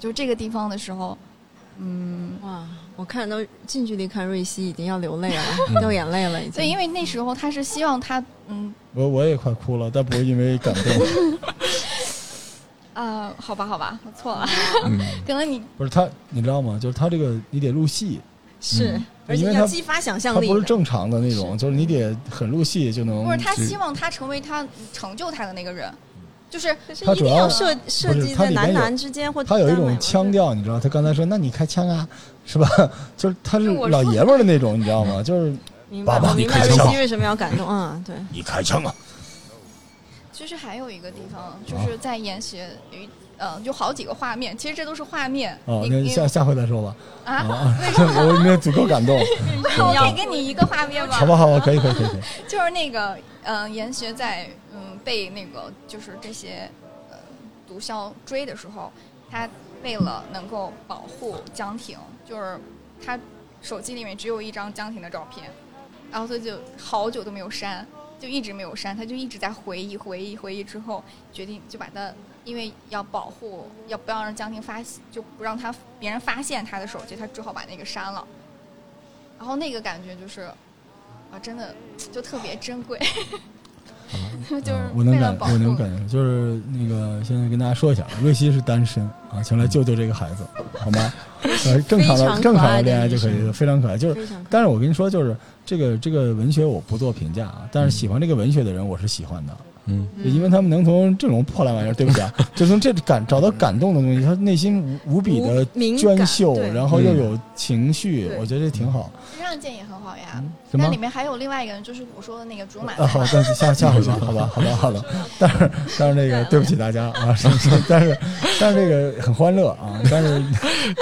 C: 就这个地方的时候，嗯，
D: 哇，我看到近距离看瑞希已经要流
A: [LAUGHS]
D: 泪
E: 嗯
D: 了，掉眼泪了已经。
C: 对，因为那时候他是希望他嗯
A: 我我也快哭了，但不是因为感动，
C: 啊、好吧好吧，我错了， [LAUGHS]
E: 嗯，
C: 可能你
A: 不是他，你知道吗？就是他这个你得入戏，
D: 是
E: 嗯，
D: 而
A: 因
D: 且
A: 为
D: 要
A: 他
D: 激发想
A: 他
D: 象力
A: 不是
D: 的
A: 正常的那种，就是你得很入戏就能
C: 不是他
E: 是
C: 希望他成为他成就他的那个人，
A: 嗯
C: 就是
D: 可是
A: 它
D: 一
A: 主
D: 定
A: 要
D: 要设设
A: 不是
D: 计
A: 它
D: 在
A: 里面
D: 男
A: 有
D: 男之间或者
A: 他有一
D: 耽美
A: 种
D: 嘛
A: 腔，调，你知道，他刚才说那你开枪啊，是吧？ [LAUGHS] 就是他是
C: 是我
A: 老
C: 说
A: 爷们儿的那种，你知道
C: [LAUGHS]
A: 吗？就是
D: 明
A: 爸
D: 白
A: 爸
D: 我
A: 你
D: 明白
A: 开
D: 瑞
A: 枪
D: 希为什么要感动啊？对，
A: 你开枪啊，
C: 其实还有一个地方就是在研学与呃有好几个画面，其实这都是画面。
A: 哦，
C: 你
A: 那
C: 你
A: 下下回再说吧。
C: 啊，
A: [LAUGHS] 啊，我没有足够
C: [LAUGHS]
A: 感动，
C: 我可以给你一个画面吗？
A: 好吧，好吧，可以，可以，可以，可以。
C: 就是那个嗯、呃，研学在嗯被那个就是这些呃毒枭追的时候，他为了能够保护江婷，就是他手机里面只有一张江婷的照片，然后他就好久都没有删，就一直没有删，他就一直在回忆回忆回忆之后，决定就把他。因为要保护，要不要让江婷发，就不让他别人发现他的手机，他只好把那个删了。然后那个感觉就是，啊，真的就特别珍贵。 [LAUGHS] 就是
A: 嗯我能
C: 非常
A: 感
C: 保
A: 我能
C: 护。
A: 感觉，就是那个现在跟大家说一下，瑞希是单身啊，请来救救这个孩子，好吗？呃，正常
D: 非
A: 的
D: 常
A: 正
D: 可
A: 常
D: 爱
A: 的
D: 的
A: 恋爱
D: 女
A: 就可以
D: 生
A: 了，非常可爱。就是，
D: 非常
A: 但是我跟你说，就是这个这个文学我不做评价啊，但是喜欢这个文学的人我是喜欢的，
E: 嗯，
A: 因为他们能从这种破烂玩意儿，对不
D: [LAUGHS]
A: 起啊，就从这感找到感动的东西，他内心无无比的
D: 敏
A: 娟
D: 感
A: 秀，
D: 对
A: 然后又
E: 嗯
A: 有情绪，
D: 对
A: 我觉得这挺好。
C: 这样建议很好呀。
A: 什么
C: 但里？面还有另外一个人，就是我说的那个竹马
A: 啊，好，但是下下回吧，好吧，好吧，好了。但是但是那个，对不起大家啊，是是但是但是这个很欢乐啊，但是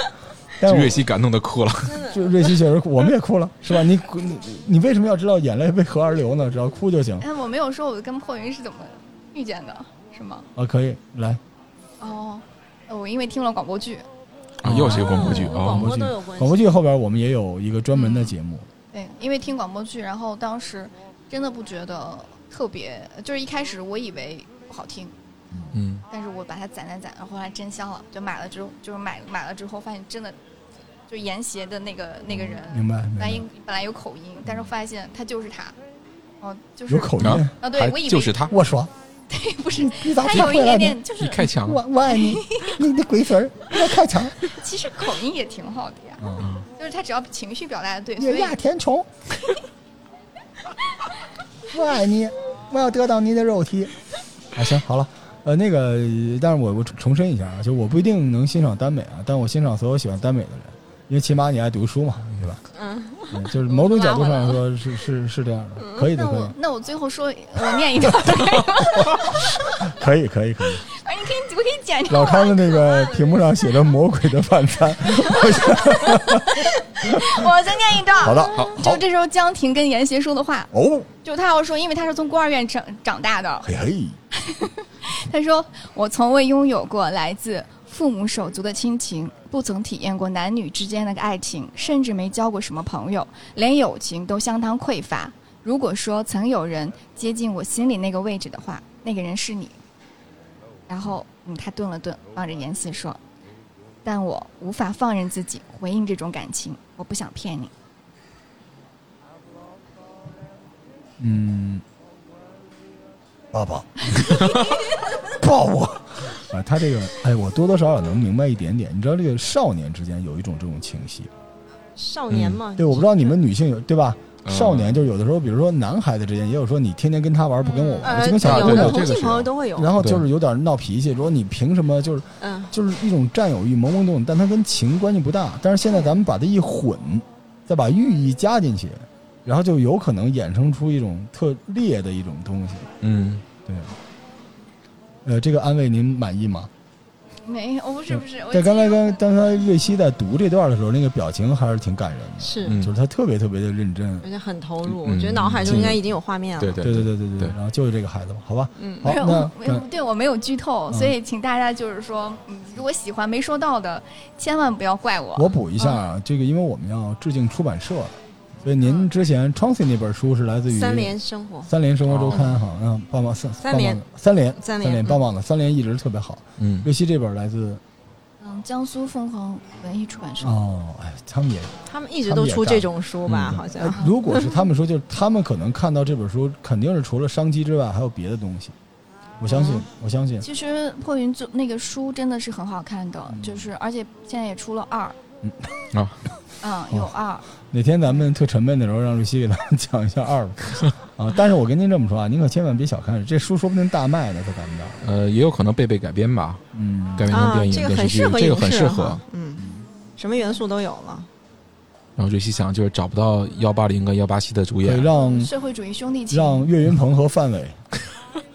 A: 但
E: 瑞
A: 是
E: 希感动的哭了。
D: 真的
A: 我就瑞希确实哭，我们也哭了，是吧？你你你为什么要知道眼泪为何而流呢？只要哭就行
C: 哎，我没有说我跟破云是怎么遇见的，是吗？
A: 啊，可以来
C: 哦，呃我因为听了广播剧，
E: 啊，又是一个广播剧
D: 哦
E: 啊
D: 广！播
A: 剧
D: 都有关系
A: 广播剧后边我们也有一个专门的节目，
C: 对，因为听广播剧，然后当时真的不觉得特别，就是一开始我以为不好听，
E: 嗯，
C: 但是我把它攒攒攒，然后后来真香了，就买了之后，就是买买了之后发现真的，就研协的那个那个人，
A: 明白？明
C: 本来
A: 白。
C: 英本来有口音，但是发现他就是他，哦，就是
A: 有口音，
E: 啊
C: 啊，对
E: 还
C: 我以为
E: 就是他，
A: 我说
C: 不是，
A: 你咋
C: 他
A: 不
C: 有一
A: 回来
C: 点
A: 呢？
C: 点就是
E: 你，开枪啊
A: 我我爱你，你的鬼孙儿，我开枪，
C: 其实口音也挺好的呀，
E: 啊！
C: 就是他只要情绪表达的对，所
A: 月
C: 以
A: 牙填充。我爱你，我要得到你的肉体。啊，行，好了，呃，那个，但是我我重重申一下啊，就我不一定能欣赏耽美啊，但我欣赏所有喜欢耽美的人，因为起码你爱读书嘛，对吧？
D: 嗯，
A: [LAUGHS] 嗯就是某种角度上说是是是这样的，可以的，
C: 嗯
A: [LAUGHS] 可
C: 那我
A: 以，
C: 那我最后说，我念一段，
A: 可以，可以，可以。
C: 哎，你可以我可以剪掉
A: 老
C: 啊
A: 康的那
C: [LAUGHS]
A: 个屏幕上写着“魔鬼的晚餐”，我想
C: 我再念一段。
A: 好的，
E: 好
C: 就这时候江婷跟严邪说的话，
A: 哦，
C: 就他要说，因为他是从孤儿院长长大的，
A: 嘿嘿，
C: 他说：“我从未拥有过来自父母手足的亲情，不曾体验过男女之间的爱情，甚至没交过什么朋友，连友情都相当匮乏。如果说曾有人接近我心里那个位置的话，那个人是你。”然后，嗯，他顿了顿，望着妍希说：“但我无法放任自己回应这种感情，我不想骗你。
A: 嗯。
G: 爸爸，
A: 抱我。啊，他这个，哎，我多多少少能明白一点点。你知道，这个少年之间有一种这种情系，
D: 少年嘛，
A: 对，我不知道你们女性有对吧？
E: 嗯
A: 少年就有的时候，比如说男孩子之间，也有说你天天跟他玩不跟我玩，
D: 呃，
A: 就跟小
E: 啊
A: 姑
D: 有
E: 对
A: 娘
D: 的同
E: 这个
D: 性
E: 是
D: 朋
E: 有
D: 友都会有，
A: 然后就
E: 对
A: 是有点闹脾气，说你凭什么就是
D: 嗯，
A: 就是一种占有欲、懵懵懂懂，但它跟情关系不大。但是现在咱们把它一混，再把寓意加进去，然后就有可能衍生出一种特烈的一种东西。
E: 嗯，
A: 对，呃，这个安慰您满意吗？”
C: 没有，不是不是，我
A: 在刚才
C: 记得
A: 刚刚才瑞希在读这段的时候，那个表情还是挺感人的，
D: 是，
E: 嗯
A: 就是他特别特别的认真。
D: 而且很投入，
E: 嗯
D: 我觉得脑海中应该已经有画面了，
E: 对对
A: 对对对对对，
E: 对
A: 然后就是这个孩子吧，好吧，
D: 嗯
A: 好
C: 不
A: 那
C: 是我没有
A: 嗯
C: [LAUGHS] 对我没有剧透，
A: 嗯
C: 所以请大家就是说，嗯如果喜欢没说到的，千万不要怪我。
A: 我补一下
D: 嗯
A: 啊，这个因为我们要致敬出版社，所以您之前 Chauncey 那本书是来自于
D: 三联生活，
A: 三联生活周刊哈，嗯，棒棒三
D: 三
A: 棒棒
D: 联
A: 的三联
D: 三联
A: 联
D: 嗯
A: 棒棒的三联一直特别好。
E: 嗯，
A: 瑞希这本来自
C: 嗯，江苏凤凰文艺出版社，
A: 哦，哎，他们也
D: 他们一直都出这种书吧，啊好像
A: 哎，如果是他们说，就是他们可能看到这本书，肯定是除了商机之外还有别的东西，我相
D: 哦
A: 信，我相信，
C: 其实破云做那个书真的是很好看的，
A: 嗯
C: 就是而且现在也出了二，
E: 嗯啊，
C: 嗯，有二，
A: 哪天咱们特沉闷的时候，让瑞希给咱们讲一下二吧。啊，但是我跟您这么说啊，您可千万别小看这书，说不定大卖呢，在咱们这儿。
E: 呃，也有可能贝贝改编吧，
A: 嗯，
E: 改编成
D: 啊
E: 电，影、
D: 这个
E: 电视
D: 很
E: 剧
D: 适，合
E: 这个
D: 影
E: 很
D: 视
E: 适
D: 哈
E: 合。，
D: 嗯，什么元素都有了，
E: 然后瑞希想，就是找不到幺八零跟幺八七的主
A: 可以 [LAUGHS]
E: 演，
A: 让
C: 社会主义兄弟
A: 嗯
C: 情，
A: 让岳云鹏和范伟，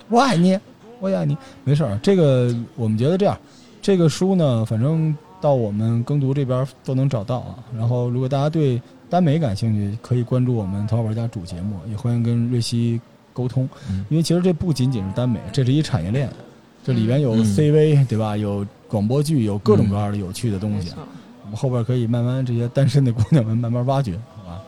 A: 我爱你，我也爱你，没事儿。这个我们觉得这样，这个书呢，反正到我们耕读这边都能找到啊。然后，如果大家对耽美感兴趣，可以关注我们《头号玩家》主节目，也欢迎跟瑞希沟通，
E: 嗯
A: 因为其实这不仅仅是耽美，这是一产业链，这里边有
E: 嗯
A: CV、对吧？有广播剧，有各种各样的有趣的东
D: 没
A: 西。啊
D: 错，
A: 我们后边可以慢慢这些单身的姑娘们慢慢挖掘，好吧？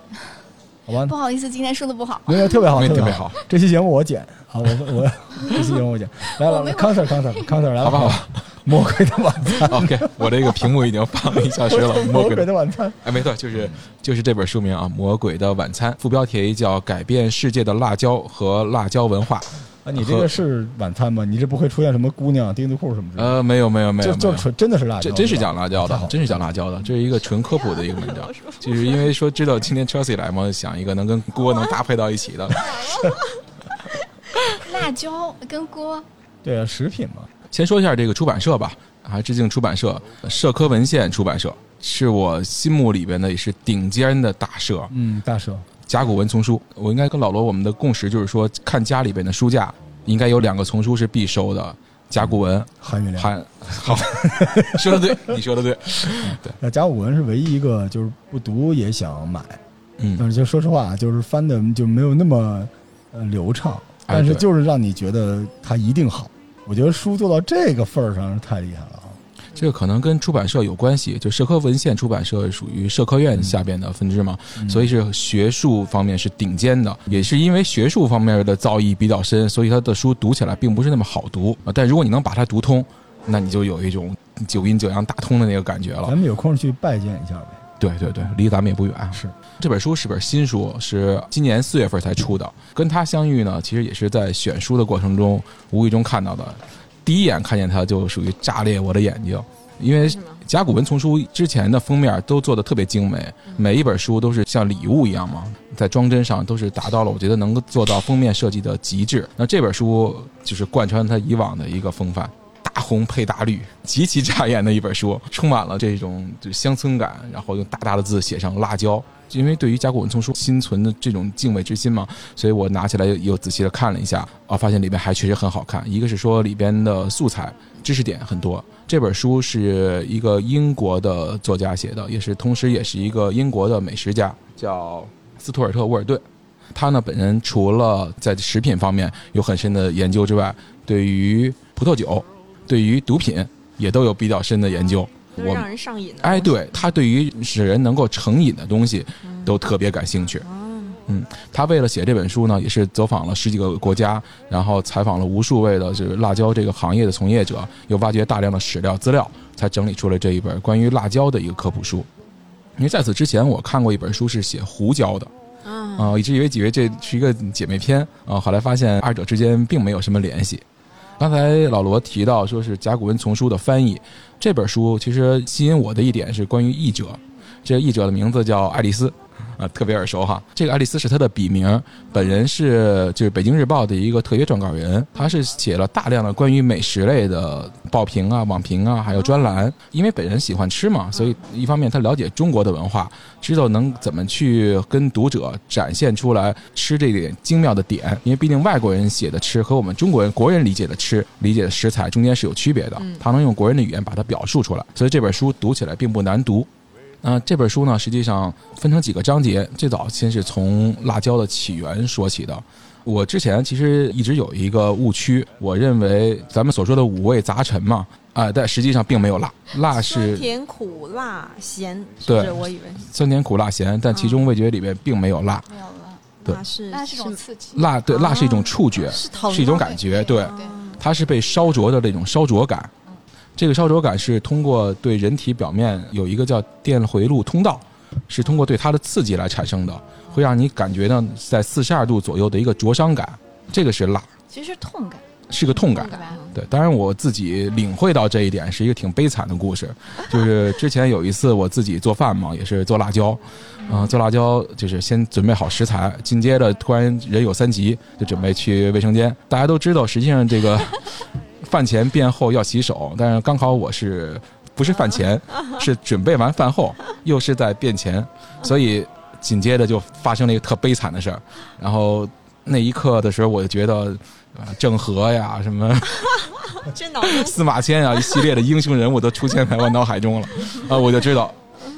A: 好吧
C: 不，好意思，今天说的不好，
A: 没有特别好，
E: 没
A: 特
E: 特别
A: 别好。
E: 好，
A: 这期节目我剪啊，我我 [LAUGHS] 这期节目我剪。来来来，康 Sir 康 Sir
E: [LAUGHS]
A: 康 Sir 来
E: 好吧，好
A: 吧，
E: 吧
A: [LAUGHS] 魔鬼的晚餐，
E: [LAUGHS] ，OK，我这个屏幕已经放了一小时
A: [LAUGHS]
E: 了，魔
A: 魔鬼
E: 鬼的，
A: 的晚餐。
E: 哎，没错，就是就是这本书名啊，《魔鬼的晚餐》，副标题叫《改变世界的辣椒和辣椒文化》。
A: 啊，你这个是晚餐吗？你这不会出现什么姑娘丁字裤什么之类的？
E: 呃，没有没有没有，
A: 嗯就就
E: 没有
A: 纯真的是辣椒，
E: 这真是
A: 对吧
E: 讲辣椒
A: 太好
E: 的，
A: 了
E: 真是讲辣椒的，这是一个纯科普的一个文
D: [LAUGHS]
E: 章。就是因为说知道今天 Chelsea 来嘛，想一个能跟锅能搭配到一起
A: [LAUGHS]
E: 的。
C: 辣椒跟锅，
A: 对啊，食品嘛，
E: 先说一下这个出版社吧，还致敬出版社，社科文献出版社是我心目里边的也是顶尖的大社。
A: 嗯，大蛇，
E: 甲骨文丛书，我应该跟老罗我们的共识就是说，看家里边的书架，应该有两个丛书是必收的，甲骨文、
A: 含月亮。
E: 汉， [LAUGHS] 好，说的对， [LAUGHS] 你说的对，
A: 那甲骨文是唯一一个就是不读也想买，
E: 嗯，
A: 但是就说实话，就是翻的就没有那么呃流畅，
E: 哎
A: 但是
E: 对
A: 就是让你觉得它一定好。我觉得书做到这个份儿上是太厉害了啊！
E: 这个可能跟出版社有关系，就社科文献出版社属于社科院下边的分支嘛，
A: 嗯
E: 所以是学术方面是顶尖的，也是因为学术方面的造诣比较深，所以他的书读起来并不是那么好读，啊但如果你能把它读通，那你就有一种九阴九阳大通的那个感觉了
A: 咱。们有空去拜见一下呗。
E: 对对对，离咱们也不远。
A: 是
E: 这本书是本新书，是今年四月份才出的。跟他相遇呢，其实也是在选书的过程中无意中看到的。第一眼看见它就属于炸裂我的眼睛，因为
D: 是吗？
E: 甲骨文丛书之前的封面都做的特别精美，每一本书都是像礼物一样嘛，在装帧上都是达到了我觉得能够做到封面设计的极致。那这本书就是贯穿它以往的一个风范。大红配大绿，极其扎眼的一本书，充满了这种就乡村感，然后用大大的字写上辣椒。因为对于甲骨文丛书心存的这种敬畏之心嘛，所以我拿起来又仔细的看了一下，啊，发现里边还确实很好看。一个是说里边的素材知识点很多，这本书是一个英国的作家写的，也是同时也是一个英国的美食家，叫斯图尔特·沃尔顿。他呢本人除了在食品方面有很深的研究之外，对于葡萄酒、对于毒品也都有比较深的研究。
D: 就是
E: 我
D: 让人上瘾的。
E: 哎，，对他对于使人能够成瘾的东西都特别感兴趣。嗯，他为了写这本书呢，也是走访了十几个国家，然后采访了无数位的就是辣椒这个行业的从业者，又挖掘大量的史料资料，才整理出了这一本关于辣椒的一个科普书。因为在此之前，我看过一本书是写胡椒的，
D: 嗯，
E: 啊、我一直以为以为这是一个姐妹篇啊、后来发现二者之间并没有什么联系。刚才老罗提到说是甲骨文丛书的翻译，这本书其实吸引我的一点是关于译者，这译者的名字叫爱丽丝。啊，特别耳熟哈！这个爱丽丝是她的笔名，本人是就是《北京日报》的一个特约撰稿人，她是写了大量的关于美食类的报评啊、网评啊，还有专栏。因为本人喜欢吃嘛，所以一方面她了解中国的文化，知道能怎么去跟读者展现出来吃这点精妙的点，因为毕竟外国人写的吃和我们中国人国人理解的吃理解的食材中间是有区别的，他能用国人的语言把它表述出来，所以这本书读起来并不难读。那、呃这本书呢，实际上分成几个章节，最早先是从辣椒的起源说起的。我之前其实一直有一个误区，我认为咱们所说的五味杂陈嘛，啊、但实际上并没有辣，辣啊是
D: 酸甜苦辣咸，是
E: 对
D: 不是我以为
E: 酸甜苦辣咸，但其中味觉里面并没有辣。
C: 没有了，
E: 对
D: 辣是
C: 那是种刺激，
E: 辣对，
D: 啊
E: 辣是一种触觉，
D: 是疼
E: 是一种
D: 吗
E: 感觉，对，
C: 对，
E: 它是被烧灼的那种烧灼感。这个烧灼感是通过对人体表面有一个叫电回路通道，是通过对它的刺激来产生的，会让你感觉到在四十二度左右的一个灼伤感，这个是辣，
C: 其实是痛感，
E: 是个痛感
C: 痛。感，
E: 对，当然我自己领会到这一点是一个挺悲惨的故事，就是之前有一次我自己做饭嘛，也是做辣椒，啊、做辣椒就是先准备好食材，紧接着突然人有三急，就准备去卫生间。大家都知道，实际上这个饭前便后要洗手，但是刚好我是不是饭前，是准备完饭后，又是在便前，所以紧接着就发生了一个特悲惨的事儿。然后那一刻的时候，我就觉得。啊郑和呀，什么
D: 这脑 [LAUGHS] 子
E: [LAUGHS] 司马迁啊，一系列的英雄人物都出现在我脑海中了，啊，我就知道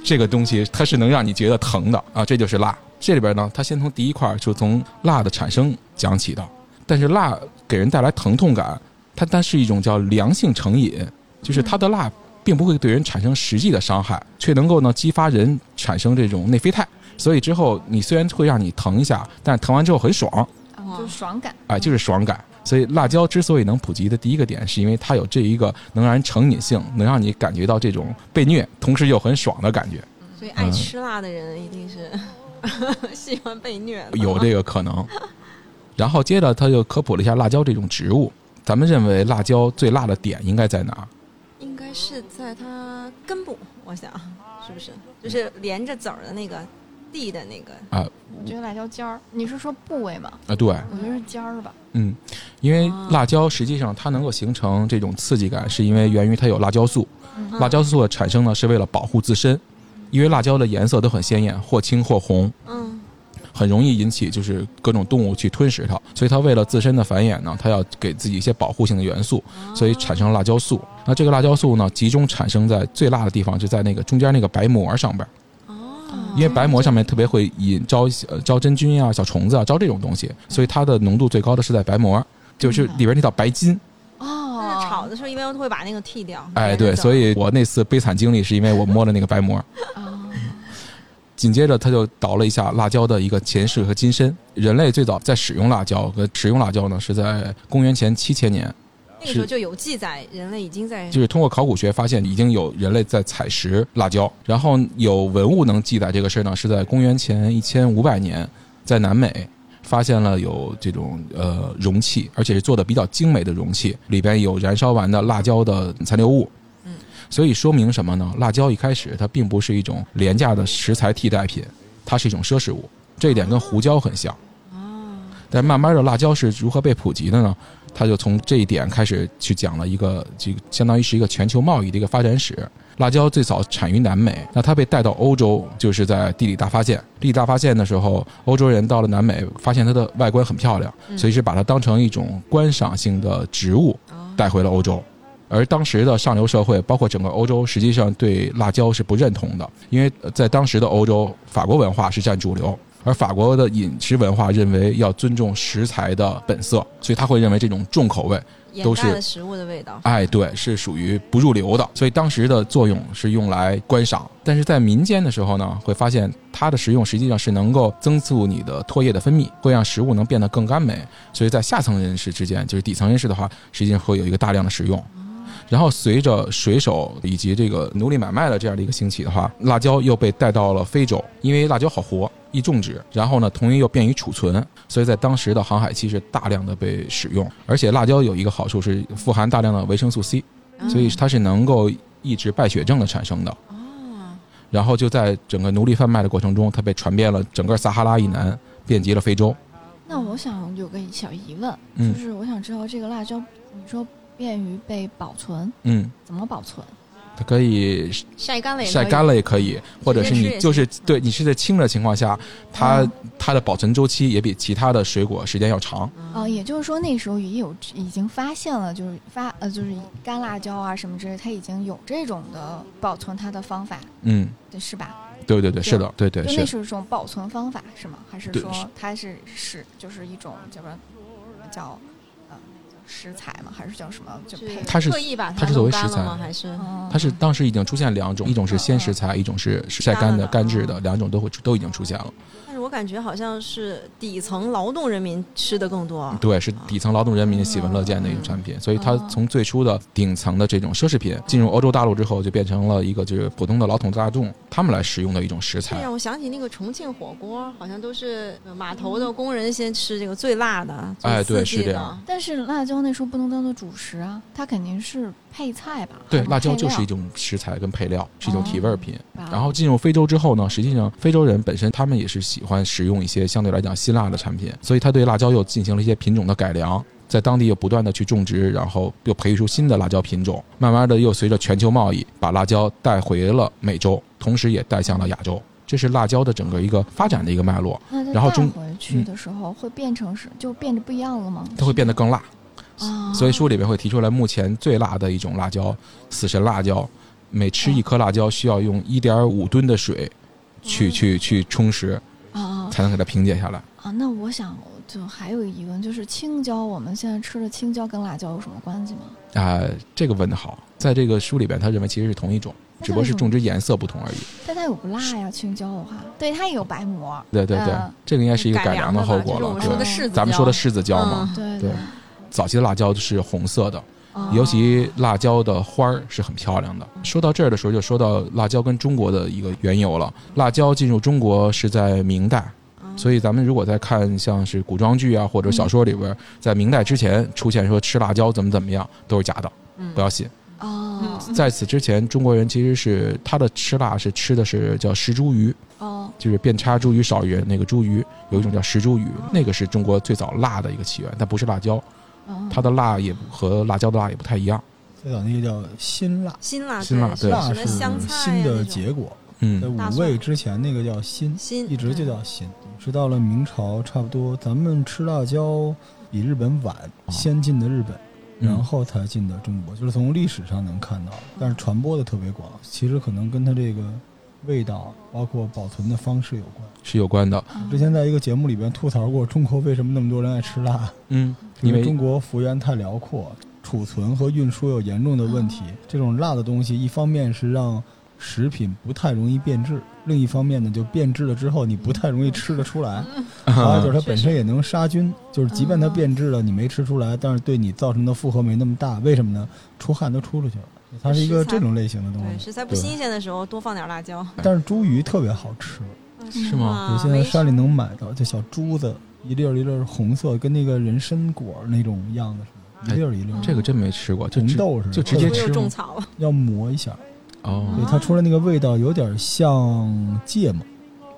E: 这个东西它是能让你觉得疼的啊，这就是辣。这里边呢，它先从第一块儿就从辣的产生讲起的，但是辣给人带来疼痛感，它它是一种叫良性成瘾，就是它的辣并不会对人产生实际的伤害，却能够呢激发人产生这种内啡肽。所以之后，你虽然会让你疼一下，但是疼完之后很爽，
D: 哇
C: 就是爽感，
E: 哎，就是爽感。所以辣椒之所以能普及的第一个点，是因为它有这一个能让人成瘾性，能让你感觉到这种被虐，同时又很爽的感觉，
D: 所以爱吃辣的人一定是 [LAUGHS] 喜欢被虐的。
E: 有这个可能。然后接着他就科普了一下辣椒这种植物，咱们认为辣椒最辣的点应该在哪儿？
D: 应该是在它根部，我想是不是就是连着籽儿的那个地的那个
C: 我觉得辣椒尖儿，你是说部位吗？
E: 啊，对，
C: 我觉得是尖儿吧。
E: 嗯，因为
D: 啊
E: 辣椒实际上它能够形成这种刺激感，是因为源于它有辣椒素。
C: 嗯
D: 嗯
E: 辣椒素的产生呢，是为了保护自身，因为辣椒的颜色都很鲜艳，或青或红，
D: 嗯
E: 很容易引起就是各种动物去吞食它。所以它为了自身的繁衍呢，它要给自己一些保护性的元素，
D: 哦
E: 所以产生了辣椒素。那这个辣椒素呢，集中产生在最辣的地方，就在那个中间那个白膜上边儿，
D: 哦，
E: 因为白膜上面特别会引招呃招真菌啊、小虫子啊、招这种东西，所以它的浓度最高的是在白膜，就是里边那道白筋。
C: 哦，
D: 但是炒的时候一般都会把那个剃掉。
E: 哎，
D: 连着
E: 对，
D: 籽儿
E: 所以我那次悲惨经历是因为我摸了那个白膜。
C: 哦
E: 紧接着他就倒了一下辣椒的一个前世和今生。人类最早在使用辣椒，呃，使用辣椒呢是在公元前七千年，
D: 那个时候就有记载，人类已经在
E: 就是通过考古学发现已经有人类在采食辣椒，然后有文物能记载这个事儿呢是在公元前一千五百年，在南美。发现了有这种呃容器，而且是做的比较精美的容器，里边有燃烧完的辣椒的残留物。
D: 嗯，
E: 所以说明什么呢？辣椒一开始它并不是一种廉价的食材替代品，它是一种奢侈物。这一点跟胡椒很像。
D: 哦，
E: 但慢慢的，辣椒是如何被普及的呢？他就从这一点开始去讲了一个，这个相当于是一个全球贸易的一个发展史。辣椒最早产于南美，那它被带到欧洲，就是在地理大发现。地理大发现的时候，欧洲人到了南美，发现它的外观很漂亮，
D: 嗯
E: 所以是把它当成一种观赏性的植物
D: 哦
E: 带回了欧洲。而当时的上流社会，包括整个欧洲，实际上对辣椒是不认同的，因为呃在当时的欧洲，法国文化是占主流，而法国的饮食文化认为要尊重食材的本色，所以他会认为这种重口味，
D: 掩
E: 都
D: 盖
E: 是
D: 了食物的味道。
E: 哎，对，是属于不入流的。所以当时的作用是用来观赏，但是在民间的时候呢，会发现它的食用实际上是能够增速你的唾液的分泌，会让食物能变得更甘美。所以在下层人士之间，就是底层人士的话，实际上会有一个大量的使用。然后随着水手以及这个奴隶买卖的这样的一个兴起的话，辣椒又被带到了非洲，因为辣椒好活，易种植，然后呢，同于又便于储存，所以在当时的航海期是大量的被使用。而且辣椒有一个好处是富含大量的维生素 C，所以它是能够抑制败血症的产生的。
D: 哦，
E: 然后就在整个奴隶贩卖的过程中，它被传遍了整个撒哈拉以南，遍及了非洲。
C: 那我想有个小疑问，
E: 嗯
C: 就是我想知道这个辣椒，你说便于被保存，
E: 嗯，
C: 怎么保存？
E: 它可以
D: 嗯晒干了也可以
E: 晒干了也可以，或者是
D: 直接吃
E: 你
D: 也
E: 就是
D: 行嗯
E: 对你是在清的情况下，它、它的保存周期也比其他的水果时间要长。
D: 嗯
C: 哦、也就是说那时候也有已经发现了，就是发呃就是干辣椒啊什么之类，它已经有这种的保存它的方法，
E: 嗯，
C: 对是吧？
E: 对对对，是的，对对
C: 就是那
E: 的。
C: 是一种保存方法是吗？还是
E: 对
C: 说
E: 是
C: 它是是就是一种叫什么叫呃那叫食材吗？还是叫什么？就配
E: 它是
D: 特意把
E: 它是作
D: 弄
E: 为
D: 干
E: 食
D: 了
E: 材
D: 吗？还是
C: 哦
E: 它是当时已经出现两种，一种是鲜食
D: 嗯
E: 材，一种是晒干的、干制的，两种都会都已经出现了。
D: 但是我感觉好像是底层劳动人民吃的更多。啊
E: 对，是底层劳动人民喜闻乐见
D: 嗯
E: 的一种产品，所以它从最初的顶层的这种奢侈品进入欧洲大陆之后，就变成了一个就是普通的老统大众他们来使用的一种食
D: 这
E: 材。
D: 让我想起那个重庆火锅，好像都是呃码头的工人先吃这个最辣的，最
E: 哎对
D: 刺激
E: 是这
D: 的
E: 样。
C: 但是辣椒那时候不能当做主食啊，它肯定是配菜吧？
E: 对，
C: 还有
E: 辣椒就
C: 配料
E: 是一种食材跟配料，是一
D: 哦
E: 种提味儿品。
C: 吧
E: 然后进入非洲之后呢，实际上非洲人本身他们也是喜欢食用一些相对来讲辛辣的产品，所以他对辣椒又进行了一些品种的改良，在当地又不断的去种植，然后又培育出新的辣椒品种，慢慢的又随着全球贸易把辣椒带回了美洲，同时也带向了亚洲。这是辣椒的整个一个发展的一个脉络，
C: 那它
E: 然后
C: 带
E: 中嗯
C: 回去的时候会变成是就变得不一样了吗？
E: 它会变得更辣。
C: 啊，
E: 所以书里面会提出来，目前最辣的一种辣椒——死神辣椒，每吃一颗辣椒需要用一点五吨的水去去去充实，
C: 啊啊
E: 才能给它平解下来。
C: 啊！那我想就还有一个疑问，就是青椒，我们现在吃的青椒跟辣椒有什么关系吗？
E: 啊、这个问的好，在这个书里边，他认为其实是同一种，
C: 那它
E: 只不过
C: 为什
E: 是
C: 么
E: 种植颜色不同而已。
C: 但它有不辣呀，青椒的话，对，它也有白膜。
E: 对对对，
C: 嗯
E: 这个应该是一个改良
D: 的
E: 的后
D: 吧
E: 果
D: 就是我
E: 了。
D: 们
E: 对
D: 说的柿子椒，嗯
E: 咱们说的柿子椒嘛，
C: 对
E: 对早期的辣椒是红色的，
D: 嗯
C: 哦
E: 尤其辣椒的花儿是很漂亮的。说到这儿的时候，就说到辣椒跟中国的一个缘由了。辣椒进入中国是在明代，
D: 嗯，
E: 所以咱们如果在看像是古装剧啊或者小说里
D: 嗯
E: 边，在明代之前出现说吃辣椒怎么怎么样都是假的，
H: 嗯
E: 不要信。
C: 哦
E: 在此之前，中国人其实是他的吃辣是吃的是叫石茱萸，
C: 哦，
E: 就是遍插茱萸少鱼那个茱萸，有一种叫石茱萸，那个是中国最早辣的一个起源，它不是辣椒，
C: 哦
E: 它的辣也和辣椒的辣也不太一样。
A: 最早那个叫辛辣，
D: 辛辣
E: 辛辣对
D: 什
A: 辣
D: 么
A: 是
D: 香菜
A: 辛
D: 呀
A: 的
D: 那种
A: 结果，在
E: 嗯，
D: 大
A: 五
D: 蒜嗯
A: 味之前那个叫辛，
D: 辛
A: 一直就叫辛，直到了明朝差不多，咱们吃辣椒比日本晚，
E: 啊
A: 先进的日本。
E: 嗯
A: 然后才进的中国，就是从历史上能看到，但是传播的特别广。其实可能跟它这个味道，包括保存的方式有关。
E: 是有关的，
C: 嗯
A: 之前在一个节目里边吐槽过，中国为什么那么多人爱吃辣？
E: 嗯，
A: 因
E: 因
A: 为中
E: 为
A: 国幅员太辽阔，储存和运输有严重的问题。这种辣的东西，一方面是让食品不太容易变质，另一方面呢，就变质了之后你不太容易吃得出来。还
E: 啊
A: 有就是它本身也能杀菌，就是即便它变质了，你没吃出来，但是对你造成的负荷没那么大。为什么呢？出汗都出出去了。它是一个
D: 食材
A: 这种类型的东
D: 嗯对，
A: 西，
D: 食材不
A: 对
D: 新鲜的时候多放点辣椒。
A: 但是猪鱼特别好吃，
E: 是吗？
A: 我现在山里能买到，就小珠子一粒儿一粒儿红色，跟那个人参果儿那种样子似的，一粒儿一粒儿。
E: 这个真没吃过，就
A: 红
E: 直
A: 豆是
E: 就直
D: 没
E: 接
D: 我
E: 吃
D: 有种
E: 吗
D: 草了，
A: 要磨一下，对
E: 哦，
A: 它出来那个味道有点像芥末，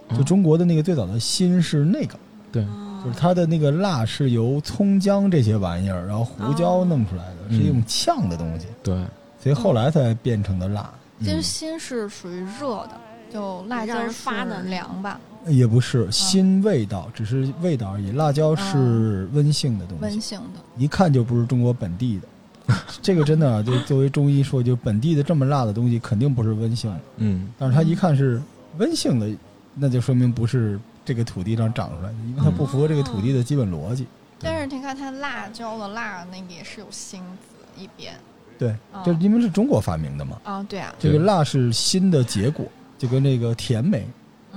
E: 哦
A: 就中国的那个最早的辛是那个，
E: 对，
A: 嗯
D: 嗯
A: 就是它的那个辣是由葱姜这些玩意儿，然后
D: 哦
A: 胡椒弄出来的，是一
E: 嗯
A: 种呛的东西，
E: 对，
A: 所以后来才变成的辣，
C: 其实
E: 嗯
C: 辛是属于热的，就辣
D: 让
C: 椒
D: 人发的那
C: 是
D: 种
C: 凉吧，
A: 也不
D: 嗯
A: 是辛味道，只是味道而已。辣椒是
D: 嗯
A: 温性的东
C: 温
A: 西，
C: 性的。
A: 一看就不是中国本地的。 [LAUGHS] 这个真的啊，就作为中医说，就本地的这么辣的东西肯定不是温性的。
E: 嗯，
A: 但是它一看是温性的，那就说明不是这个土地上长出来的，因为它不符合这个土地的基本逻辑。
C: 但是你看它辣椒的辣那个也是有辛字一边
A: 对，
C: 哦
A: 就是因为是中国发明的嘛，
C: 啊，对啊，
A: 这个
E: 对
A: 辣是新的结果，就跟那个甜美、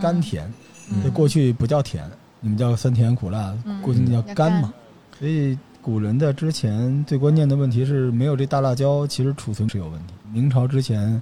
A: 甘甜，
E: 嗯
A: 就过去不叫甜，你们叫酸甜苦辣，
C: 嗯
A: 过去那叫甘嘛。
C: 嗯
A: 所以古人在之前最关键的问题是没有这大辣椒，其实储存是有问题。明朝之前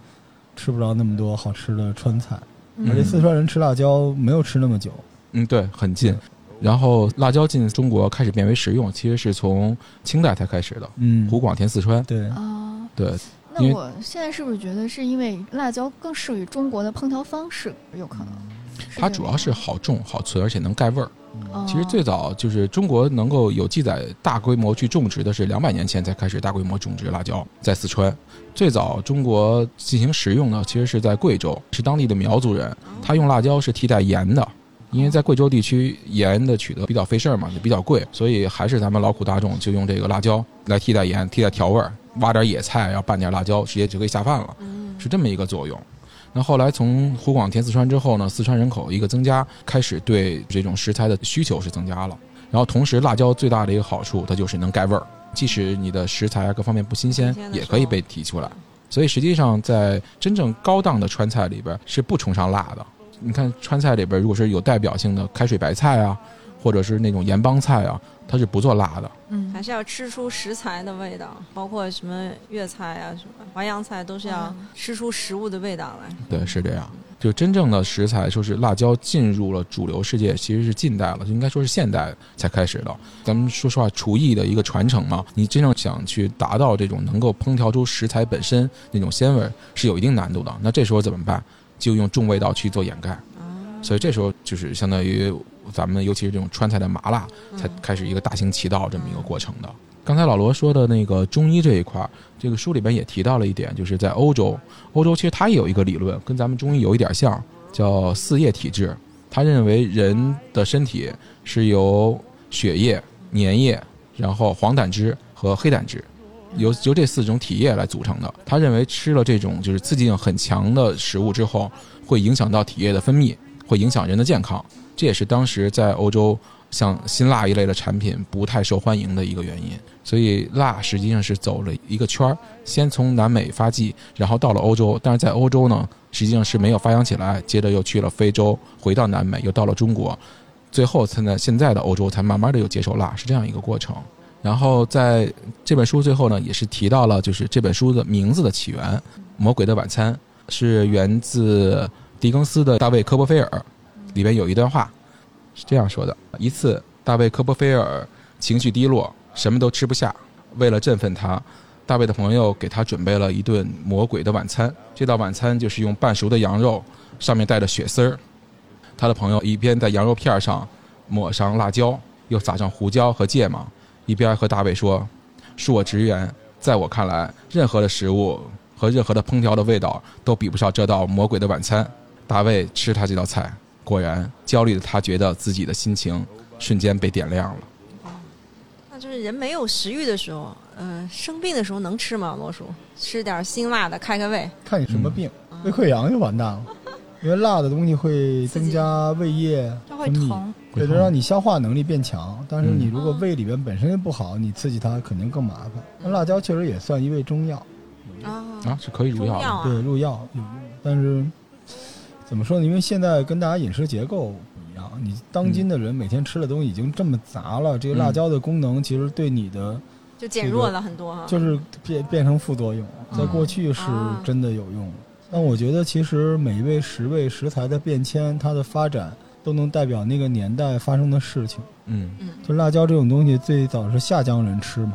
A: 吃不着那么多好吃的川菜，
C: 嗯
A: 而且四川人吃辣椒没有吃那么久，
E: 嗯，对，很近。然后辣椒进中国开始变为食用，其实是从清代才开始的，
A: 嗯，
E: 湖广填四川。
A: 对。
C: 啊。
E: 对，
C: 那
E: 因为
C: 我现在是不是觉得是因为辣椒更适于中国的烹调方式？有可能，
E: 嗯它主要是好种、好存，而且能盖味儿。
C: 哦
E: 其实最早就是中国能够有记载大规模去种植的是两百年前才开始大规模种植辣椒，在四川。最早中国进行食用呢，其实是在贵州，是当地的苗族人，他用辣椒是替代盐的，因为在贵州地区盐的取得比较费事儿嘛，也比较贵，所以还是咱们劳苦大众就用这个辣椒来替代盐，替代调味儿，挖点野菜，然后拌点辣椒，直接就可以下饭了，是这么一个作
D: 嗯
E: 用。那后来从湖广填四川之后呢，四川人口一个增加，开始对这种食材的需求是增加了。然后同时，辣椒最大的一个好处，它就是能盖味儿，即使你的食材啊各方面不新鲜
D: 新鲜，的
E: 也
D: 时候
E: 可以被提出来。所以实际上，在真正高档的川菜里边是不崇尚辣的。你看川菜里边，如果是有代表性的开水白菜啊，或者是那种盐帮菜啊，它是不做辣的。
C: 嗯
D: 还是要吃出食材的味道，包括什么粤菜啊、什么淮扬菜，都是要
C: 嗯
D: 吃出食物的味道来。
E: 对，是这样。就真正的食材，说是辣椒进入了主流世界，其实是近代了，就应该说是现代才开始的。咱们说实话，厨艺的一个传承嘛，你真正想去达到这种能够烹调出食材本身那种鲜味，是有一定难度的。那这时候怎么办？就用重味道去做掩盖。所以这时候就是相当于咱们尤其是这种川菜的麻辣，
D: 嗯
E: 才开始一个大行其道这么一个过程的。刚才老罗说的那个中医这一块儿，这个书里边也提到了一点，就是在欧洲，欧洲其实它也有一个理论，跟咱们中医有一点像，叫四液体质。他认为人的身体是由血液、粘液，然后黄胆汁和黑胆汁，由由这四种体液来组成的。他认为吃了这种就是刺激性很强的食物之后，会影响到体液的分泌，会影响人的健康。这也是当时在欧洲像辛辣一类的产品不太受欢迎的一个原因。所以辣实际上是走了一个圈儿，先从南美发迹，然后到了欧洲，但是在欧洲呢，实际上是没有发扬起来，接着又去了非洲，回到南美，又到了中国，最后现在现在的欧洲才慢慢的又接受辣，是这样一个过程。然后在这本书最后呢，也是提到了就是这本书的名字的起源，《魔鬼的晚餐》是源自狄更斯的《大卫·科波菲尔》，里边有一段话，是这样说的：一次，大卫科波菲尔情绪低落，什么都吃不下。为了振奋他，大卫的朋友给他准备了一顿魔鬼的晚餐。这道晚餐就是用半熟的羊肉，上面带着血丝儿。他的朋友一边在羊肉片上抹上辣椒，又撒上胡椒和芥末，一边和大卫说：“恕我直言，在我看来，任何的食物和任何的烹调的味道都比不上这道魔鬼的晚餐。”大卫吃他这道菜，果然焦虑的他觉得自己的心情瞬间被点亮了。
D: 那就是人没有食欲的时候，呃，生病的时候能吃吗？罗叔，吃点辛辣的开开胃。
A: 看你什么病，
C: 嗯
D: 啊
A: 胃溃疡就完蛋了，因为辣的东西会增加胃液
C: 它会
A: 分泌，
C: 疼，
A: 对，就让你消化能力变强。但是
E: 嗯
A: 你如果胃里边本身就不好，你刺激它肯定更麻烦。那
C: 嗯
A: 辣椒确实也算一味中药，
E: 啊
D: 啊，，
E: 是可以入
D: 中
E: 药的
D: 药。啊，
A: 哦对，入药有用，但是怎么说呢？因为现在跟大家饮食结构不一样，你当今的人每天吃的东西已经这么杂了，这个辣
E: 嗯
A: 椒的功能其实对你的
D: 就减弱了很多哈。
A: 就是变变成副作用，在过去是
D: 啊
A: 真的有用的。但我觉得，其实每一味食味食材的变迁，它的发展都能代表那个年代发生的事情。
E: 嗯
A: 就辣椒这种东西，最早是下江人吃嘛，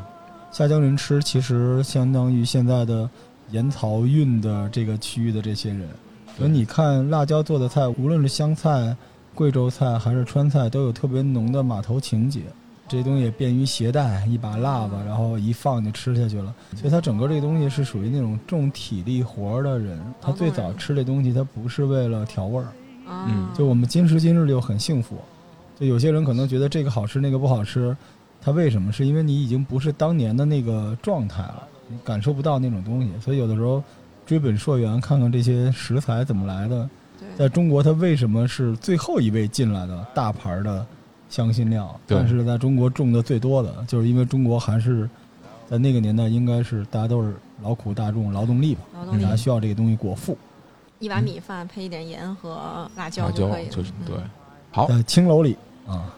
A: 下江人吃其实相当于现在的盐漕运的这个区域的这些人。所以你看，辣椒做的菜，无论是湘菜、贵州菜还是川菜，都有特别浓的码头情节。这些东西也便于携带，一把辣吧，然后一放就吃下去了。所以它整个这个东西是属于那种重体力活儿的人，他最早吃这东西，他不是为了调味儿。
D: 啊
E: 嗯
A: 就我们今时今日就很幸福，就有些人可能觉得这个好吃那个不好吃，他为什么？是因为你已经不是当年的那个状态了，你感受不到那种东西，所以有的时候追本溯源，看看这些食材怎么来的，
D: 对
A: 在中国它为什么是最后一位进来的大牌儿的香辛料，
E: 对
A: 但是在中国种的最多的，就是因为中国还是在那个年代应该是大家都是劳苦大众劳动力吧，
D: 劳动力
A: 大家需要这个东西果腹。
D: 一碗米饭配一点盐和辣椒
E: 辣
D: 就
E: 椒
D: 可以了。
E: 就是
D: 嗯
E: 对，好，
A: 在呃青楼里啊，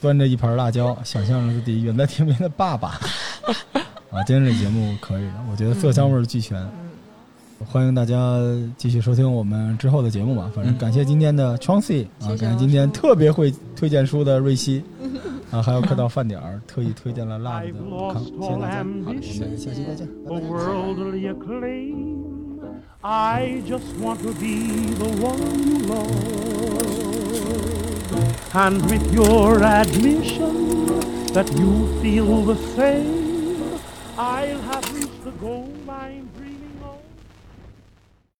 A: 端着一盘辣椒，想象着自己远在天边的爸爸啊。今天这节目可以的，我觉得色香味儿俱全。欢迎大家继续收听我们之后的节目吧。反正
E: 嗯
A: 感谢今天的 Chauncey 啊，
D: 谢谢
A: 感谢今天特别会推荐书的瑞希啊，还有快到饭点儿特意推荐了辣的
B: I've
A: 武康。谢
B: lost
A: 谢
B: all
A: 大家，
E: 好的，谢谢
B: ambition
A: 下期再见，拜
B: for
A: 拜。
B: worldly acclaim. I just want to be the one you love. And with your admission that you feel the same, I'll have reached the goal I'm dreaming of.